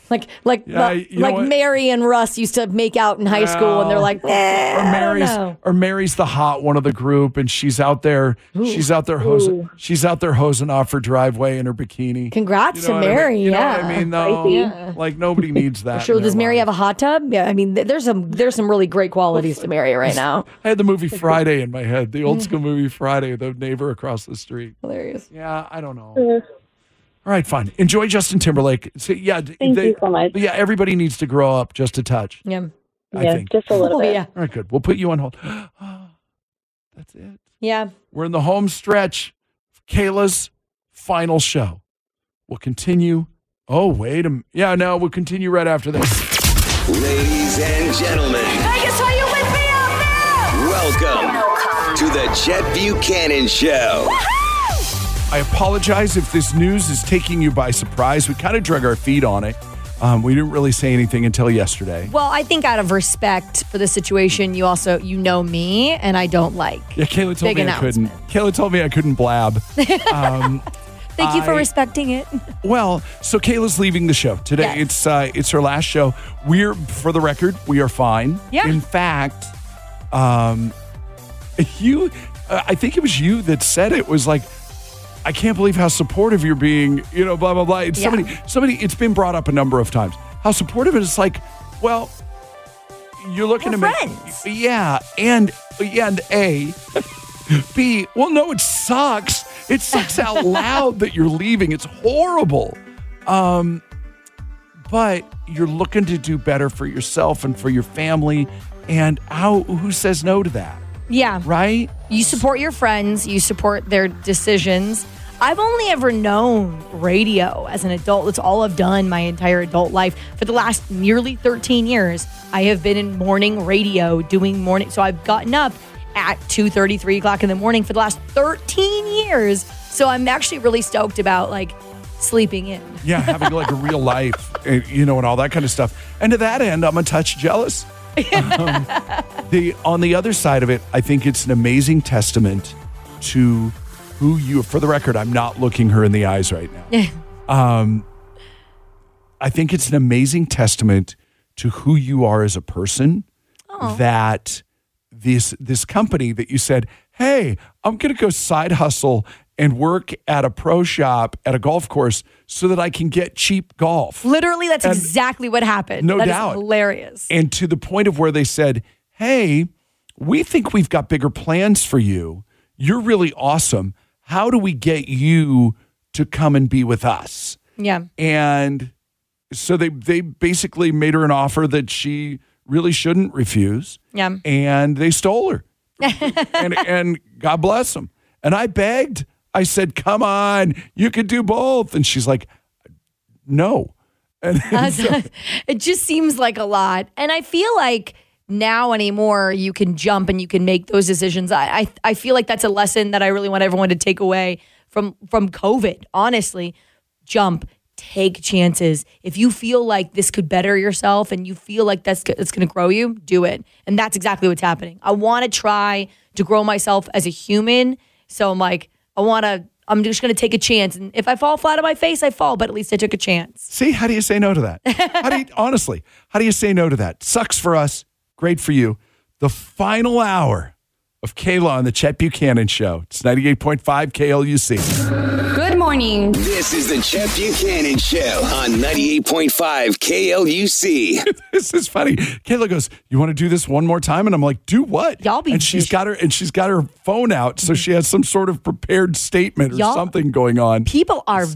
Speaker 3: Like like
Speaker 4: Yeah,
Speaker 3: like,
Speaker 4: you know what?
Speaker 3: Mary and Russ used to make out in high school, and they're like, eh,
Speaker 4: or Mary's
Speaker 3: I don't know.
Speaker 4: or Mary's the hot one of the group, and she's out there. She's out there hosing.
Speaker 3: Ooh.
Speaker 4: She's out there hosing off her driveway in her bikini.
Speaker 3: Congrats
Speaker 4: You know
Speaker 3: to
Speaker 4: what I mean?
Speaker 3: Mary.
Speaker 4: You know
Speaker 3: yeah.
Speaker 4: what I mean, though. Like nobody needs that.
Speaker 3: Sure.
Speaker 4: in
Speaker 3: Does
Speaker 4: their
Speaker 3: Mary have a hot tub? Yeah. I mean, th- there's some there's some really great qualities to Mary right now. Mm.
Speaker 4: life. I had
Speaker 3: (laughs)
Speaker 4: the movie Friday in my head, the old school movie Friday, the neighbor across the street.
Speaker 3: Hilarious.
Speaker 4: Yeah, I don't know.
Speaker 10: Mm.
Speaker 4: All right, fine. Enjoy Justin Timberlake. So, yeah, d-
Speaker 10: Thank
Speaker 4: they-
Speaker 10: you so much.
Speaker 4: Yeah, everybody needs to grow up just a touch.
Speaker 3: Yeah.
Speaker 4: I
Speaker 10: yeah,
Speaker 4: think.
Speaker 10: just a little
Speaker 3: Oh,
Speaker 10: bit.
Speaker 3: yeah.
Speaker 4: All right, good. We'll put you on hold. That's it.
Speaker 3: Yeah.
Speaker 4: We're in the home stretch. Kayla's final show. We'll continue. Oh, wait a minute. Yeah, no, we'll continue right after this.
Speaker 2: Ladies and gentlemen. Vegas, are you with me out there? Welcome to the Chet Buchanan Show.
Speaker 4: I apologize if this news is taking you by surprise. We kind of drug our feet on it. Um, we didn't really say anything until yesterday.
Speaker 3: Well, I think out of respect for the situation, you also you know me, and I don't like.
Speaker 4: Yeah, Kayla told
Speaker 3: Big
Speaker 4: me I couldn't. Kayla told me I
Speaker 3: (laughs)
Speaker 4: couldn't blab. Um,
Speaker 3: Thank you for
Speaker 4: I-
Speaker 3: respecting it.
Speaker 4: Well, so Kayla's leaving the show today.
Speaker 3: Yes.
Speaker 4: It's uh, it's her last show. We're for the record, we are fine.
Speaker 3: Yeah.
Speaker 4: In fact, um, you, uh, I think it was you that said it was like, I can't believe how supportive you're being. You know, blah blah blah. It's
Speaker 3: Yeah.
Speaker 4: Somebody, somebody, it's been brought up a number of times. How supportive it is. Like, well, you're looking
Speaker 3: We're
Speaker 4: to make, yeah, and yeah, and a. B, well, no, it sucks.
Speaker 3: (laughs)
Speaker 4: It sucks out loud that you're leaving. It's horrible. Um, but you're looking to do better for yourself and for your family. And how who says no to that?
Speaker 3: Yeah.
Speaker 4: Right?
Speaker 3: You support your friends, you support their decisions. I've only ever known radio as an adult. That's all I've done my entire adult life. For the last nearly 13 years, I have been in morning radio doing morning. So I've gotten up at 2 3 o'clock in the morning for the last 13 years. So I'm actually really stoked about like sleeping in.
Speaker 4: Yeah, having like a real life, and, you know, and all that kind of stuff. And to that end, I'm a touch jealous. Um, the on the other side of it, I think it's an amazing testament to who you. For the record, I'm not looking her in the eyes right now. Um, I think it's an amazing testament to who you are as a person that this this company that you said, "Hey, I'm going to go side hustle and work at a pro shop at a golf course so that I can get cheap golf."
Speaker 3: Literally, that's
Speaker 4: And-
Speaker 3: exactly what happened.
Speaker 4: No
Speaker 3: That is
Speaker 4: doubt.
Speaker 3: hilarious.
Speaker 4: And to the point of where they said, Hey, we think we've got bigger plans for you. You're really awesome. How do we get you to come and be with us?
Speaker 3: Yeah.
Speaker 4: And so they they basically made her an offer that she really shouldn't refuse.
Speaker 3: Yeah.
Speaker 4: And they stole her. and and God bless them. And I begged. I said, "Come on, you could do both." And she's like, "No." (laughs) And, and so-
Speaker 3: Uh, (laughs) it just seems like a lot. And I feel like now anymore you can jump and you can make those decisions. I I, I feel like that's a lesson that I really want everyone to take away from from COVID. Honestly, jump, take chances. If you feel like this could better yourself and you feel like that's go- it's going to grow you, do it. And that's exactly what's happening. I want to try to grow myself as a human. So I'm like, I want to. I'm just going to take a chance. And if I fall flat on my face, I fall. But at least I took a chance.
Speaker 4: See, how do you say no to that? How do you, honestly, how do you say no to that? Sucks for us, great for you. The final hour of Kayla on the Chet Buchanan Show. It's 98.5 KLUC.
Speaker 6: Good morning.
Speaker 2: This is the Chet Buchanan Show on 98.5 KLUC.
Speaker 4: (laughs) this is funny. Kayla goes, "You want to do this one more time?" And I'm like, "Do what?" Y'all
Speaker 3: be
Speaker 4: and she's got her and she's got her phone out, so she has some sort of prepared statement or
Speaker 3: Y'all-
Speaker 4: something going on.
Speaker 3: people are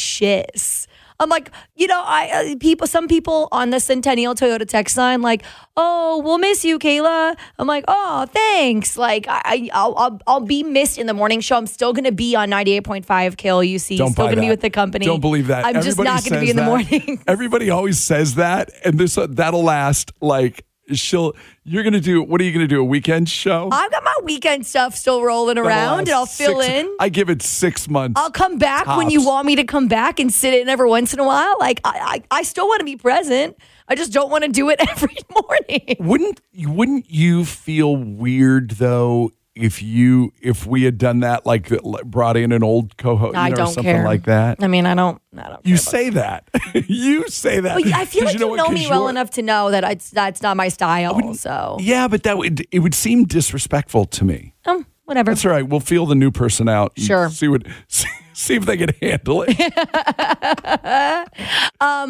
Speaker 3: vicious. I'm like, you know, I uh, people. Some people on the Centennial Toyota text line, like, oh, we'll miss you, Kayla. I'm like, oh, thanks. Like, I, I I'll, I'll, I'll be missed in the morning show. I'm still gonna be on 98.5 KLUC.
Speaker 4: Don't
Speaker 3: still
Speaker 4: buy
Speaker 3: gonna be
Speaker 4: that.
Speaker 3: with the company.
Speaker 4: Don't believe that.
Speaker 3: I'm just
Speaker 4: Everybody
Speaker 3: not gonna be
Speaker 4: says
Speaker 3: in the
Speaker 4: that.
Speaker 3: morning. (laughs)
Speaker 4: Everybody always says that, and this that'll last like she'll. You're gonna do what are you gonna do? A weekend show?
Speaker 3: I've got my weekend stuff still rolling
Speaker 4: That'll
Speaker 3: around, and
Speaker 4: last
Speaker 3: I'll fill
Speaker 4: six-
Speaker 3: in.
Speaker 4: I give it six months.
Speaker 3: I'll come back when you
Speaker 4: tops.
Speaker 3: want me to come back and sit in every once in a while. Like I, I, I still want to be present. I just don't want to do it (laughs) every morning.
Speaker 4: Wouldn't wouldn't you feel weird though if you if we had done that like brought in an old co-host
Speaker 3: I
Speaker 4: you know,
Speaker 3: don't
Speaker 4: or something
Speaker 3: care.
Speaker 4: like that?
Speaker 3: I mean, I don't. I don't
Speaker 4: You say that. you say that.
Speaker 3: Well, I feel
Speaker 4: 'Cause
Speaker 3: like you know,
Speaker 4: what? 'Cause
Speaker 3: me well
Speaker 4: you're-
Speaker 3: enough to know that it's that's not my style. So
Speaker 4: Yeah, but that would it would seem disrespectful to me.
Speaker 3: um, whatever.
Speaker 4: That's all right. We'll feel the new person out. and
Speaker 3: Sure.
Speaker 4: See what (laughs) see, see if they can handle it.
Speaker 3: (laughs) Um,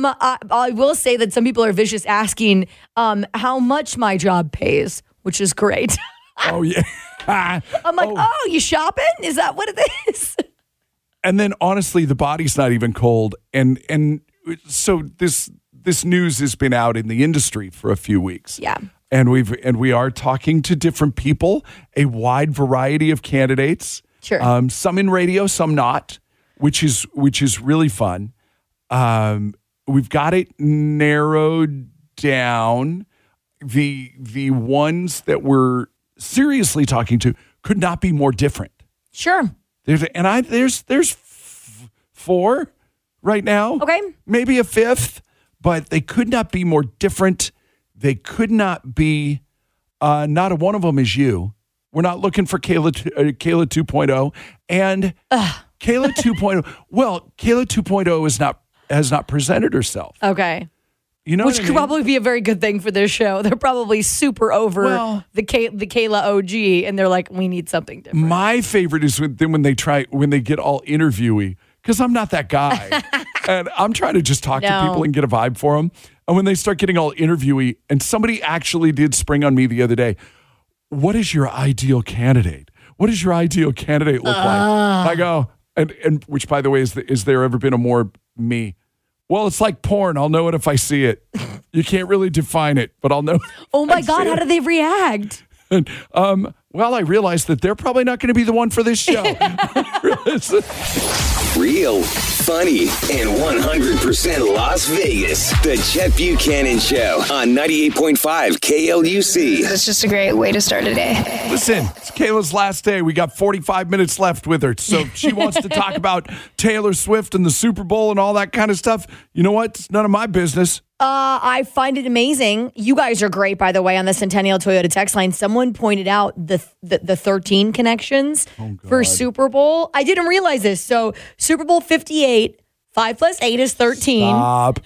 Speaker 3: I, I will say that some people are vicious asking um how much my job pays, which is
Speaker 4: (laughs)
Speaker 3: great. (laughs)
Speaker 4: oh yeah.
Speaker 3: I'm like, oh, you shopping? Is that what it is? (laughs)
Speaker 4: and then honestly the body's not even cold and and so this this news has been out in the industry for a few weeks
Speaker 3: Yeah.
Speaker 4: and we've and we are talking to different people a wide variety of candidates
Speaker 3: Sure.
Speaker 4: um, some in radio some not which is which is really fun um, we've got it narrowed down the the ones that we're seriously talking to could not be more different
Speaker 3: Sure.
Speaker 4: there's and I there's there's f- four right now.
Speaker 3: Okay.
Speaker 4: Maybe a fifth, but they could not be more different. They could not be uh not a one of them is you. We're not looking for Kayla t- uh, Kayla 2.0 and Kayla 2.0. Well, Kayla 2.0 is not has not presented herself.
Speaker 3: Okay.
Speaker 4: You know
Speaker 3: Which
Speaker 4: what I
Speaker 3: could
Speaker 4: mean?
Speaker 3: probably be a very good thing for this show. They're probably super over
Speaker 4: Well-
Speaker 3: the Kay, the Kayla OG, and they're like, we need something different.
Speaker 4: My favorite is when, then when they try when they get all interviewee because I'm not
Speaker 3: (laughs)
Speaker 4: that guy, and I'm trying to just talk to
Speaker 3: No.
Speaker 4: people and get a vibe for them. And when they start getting all interviewee, and somebody actually did spring on me the other day. What is your ideal candidate? What does your ideal
Speaker 3: Ah.
Speaker 4: candidate look like? And I go and and which by the way is the, is there ever been a more me? Well, it's like porn. I'll know it if I see it. You can't really define it, but I'll know.
Speaker 3: Oh my God, how do they react?
Speaker 4: um, well, I realize that they're probably not going to be the one
Speaker 3: (laughs)
Speaker 4: for this show.
Speaker 2: Real, funny, and 100% Las Vegas. The Chet Buchanan Show on 98.5 KLUC.
Speaker 19: It's just a great way to start a day.
Speaker 4: Listen, it's Kayla's last day. We got 45 minutes left with her. So if she wants
Speaker 3: (laughs)
Speaker 4: to talk about Taylor Swift and the Super Bowl and all that kind of stuff. You know what? It's none of my business.
Speaker 3: Uh, I find it amazing. You guys are great, by the way, on the Centennial Toyota text line. Someone pointed out the the, the 13 connections
Speaker 4: Oh,
Speaker 3: for Super Bowl. I didn't realize this. So Super Bowl 58, 5 plus 8 is 13.
Speaker 4: Stop.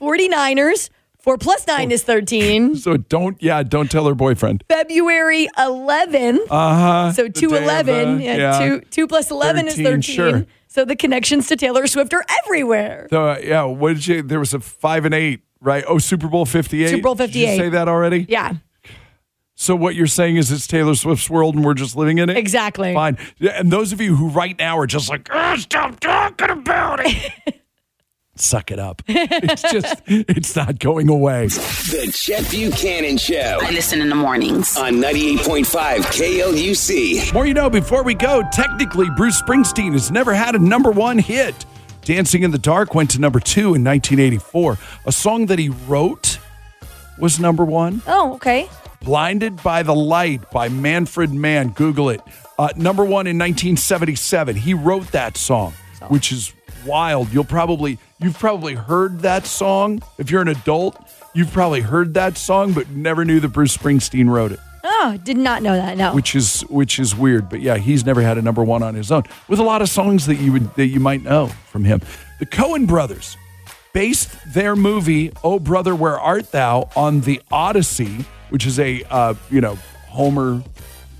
Speaker 3: 49ers, 4 plus 9 is
Speaker 4: (laughs)
Speaker 3: 13.
Speaker 4: So don't, yeah, don't tell her boyfriend.
Speaker 3: February 11th.
Speaker 4: Uh-huh.
Speaker 3: So
Speaker 4: The
Speaker 3: two
Speaker 4: day of,
Speaker 3: eleven,
Speaker 4: uh,
Speaker 3: yeah,
Speaker 4: yeah.
Speaker 3: two two plus eleven is
Speaker 4: 13,
Speaker 3: thirteen.
Speaker 4: sure.
Speaker 3: So the connections to Taylor Swift are everywhere.
Speaker 4: So, uh, yeah, what did you? There was a five and eight, right? Oh, Super Bowl fifty-eight.
Speaker 3: Super Bowl
Speaker 4: Did you
Speaker 3: 58.
Speaker 4: say that already?
Speaker 3: Yeah,
Speaker 4: So what you're saying is it's Taylor Swift's world and we're just living in it.
Speaker 3: Exactly.
Speaker 4: Fine. Yeah, and those of you who right now are just like, "Ah, stop talking about it. Suck
Speaker 3: (laughs)
Speaker 4: it up. It's just, it's not going away.
Speaker 2: The Chet Buchanan Show. I
Speaker 6: listen in the mornings.
Speaker 2: On 98.5 KLUC.
Speaker 4: More you know. Before we go, technically Bruce Springsteen has never had a number one hit. Dancing in the Dark went to number two in 1984. A song that he wrote was number one.
Speaker 3: Oh, okay.
Speaker 4: Blinded by the Light by Manfred Mann. Google it. Uh, number one in 1977. He wrote that song, which is wild. You'll probably, you've probably heard that song. If you're an adult, you've probably heard that song, but never knew that Bruce Springsteen wrote it.
Speaker 3: Oh, did not know that. No.
Speaker 4: Which is which is weird, but yeah, he's never had a number one on his own. With a lot of songs that you would that you might know from him. The Cohen brothers based their movie "Oh Brother, Where Art Thou" on the Odyssey, which is a uh, you know Homer,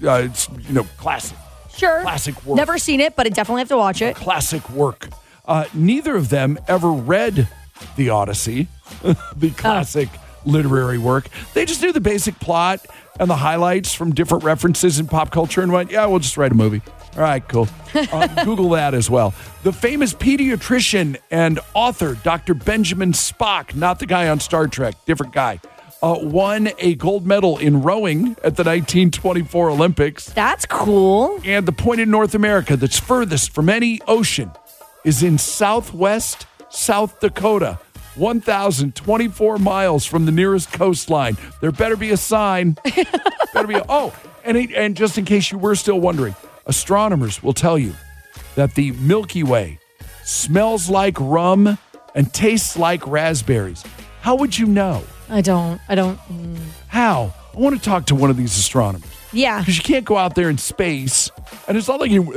Speaker 4: uh, it's, you know classic
Speaker 3: Sure.
Speaker 4: Classic work.
Speaker 3: Never seen it, but I definitely have to watch it.
Speaker 4: classic work. Uh, neither of them ever read the Odyssey, (laughs) the classic literary work. They just knew the basic plot and the highlights from different references in pop culture and went, yeah, we'll just write a movie. All right, cool. Uh, Google that as well. The famous pediatrician and author, Dr. Benjamin Spock, not the guy on Star Trek, different guy, uh, won a gold medal in rowing at the 1924 Olympics.
Speaker 3: That's cool.
Speaker 4: And the point in North America that's furthest from any ocean is in southwest South Dakota, 1,024 miles from the nearest coastline. There better be
Speaker 3: (laughs)
Speaker 4: a sign. better be a, oh, and, it, and just in case you were still wondering, astronomers will tell you that the Milky Way smells like rum and tastes like raspberries. How would you know?
Speaker 3: I don't. I don't. mm.
Speaker 4: How? I want to talk to one of these astronomers.
Speaker 3: Yeah.
Speaker 4: Because you can't go out there in space, and it's not like you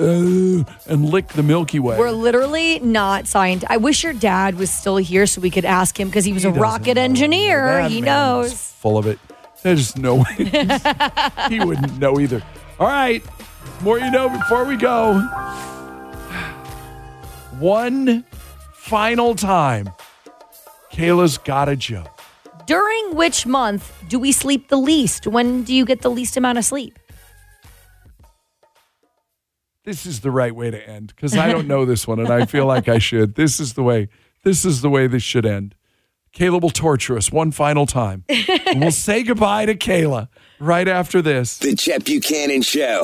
Speaker 4: uh, and lick the Milky Way.
Speaker 3: We're literally not scientists. I wish your dad was still here so we could ask him because he was a
Speaker 4: doesn't
Speaker 3: rocket engineer.
Speaker 4: That
Speaker 3: he
Speaker 4: man is
Speaker 3: knows.
Speaker 4: full of it. There's no way he wouldn't know either. All right, more you know before we go. One final time, Kayla's got a joke.
Speaker 3: During which month do we sleep the least? When do you get the least amount of sleep?
Speaker 4: This is the right way to end because I don't know this one, and I feel like I should. This is the way. This is the way this should end. Kayla will torture us one final time. and we'll say goodbye to Kayla right after this.
Speaker 2: The Chet Buchanan Show.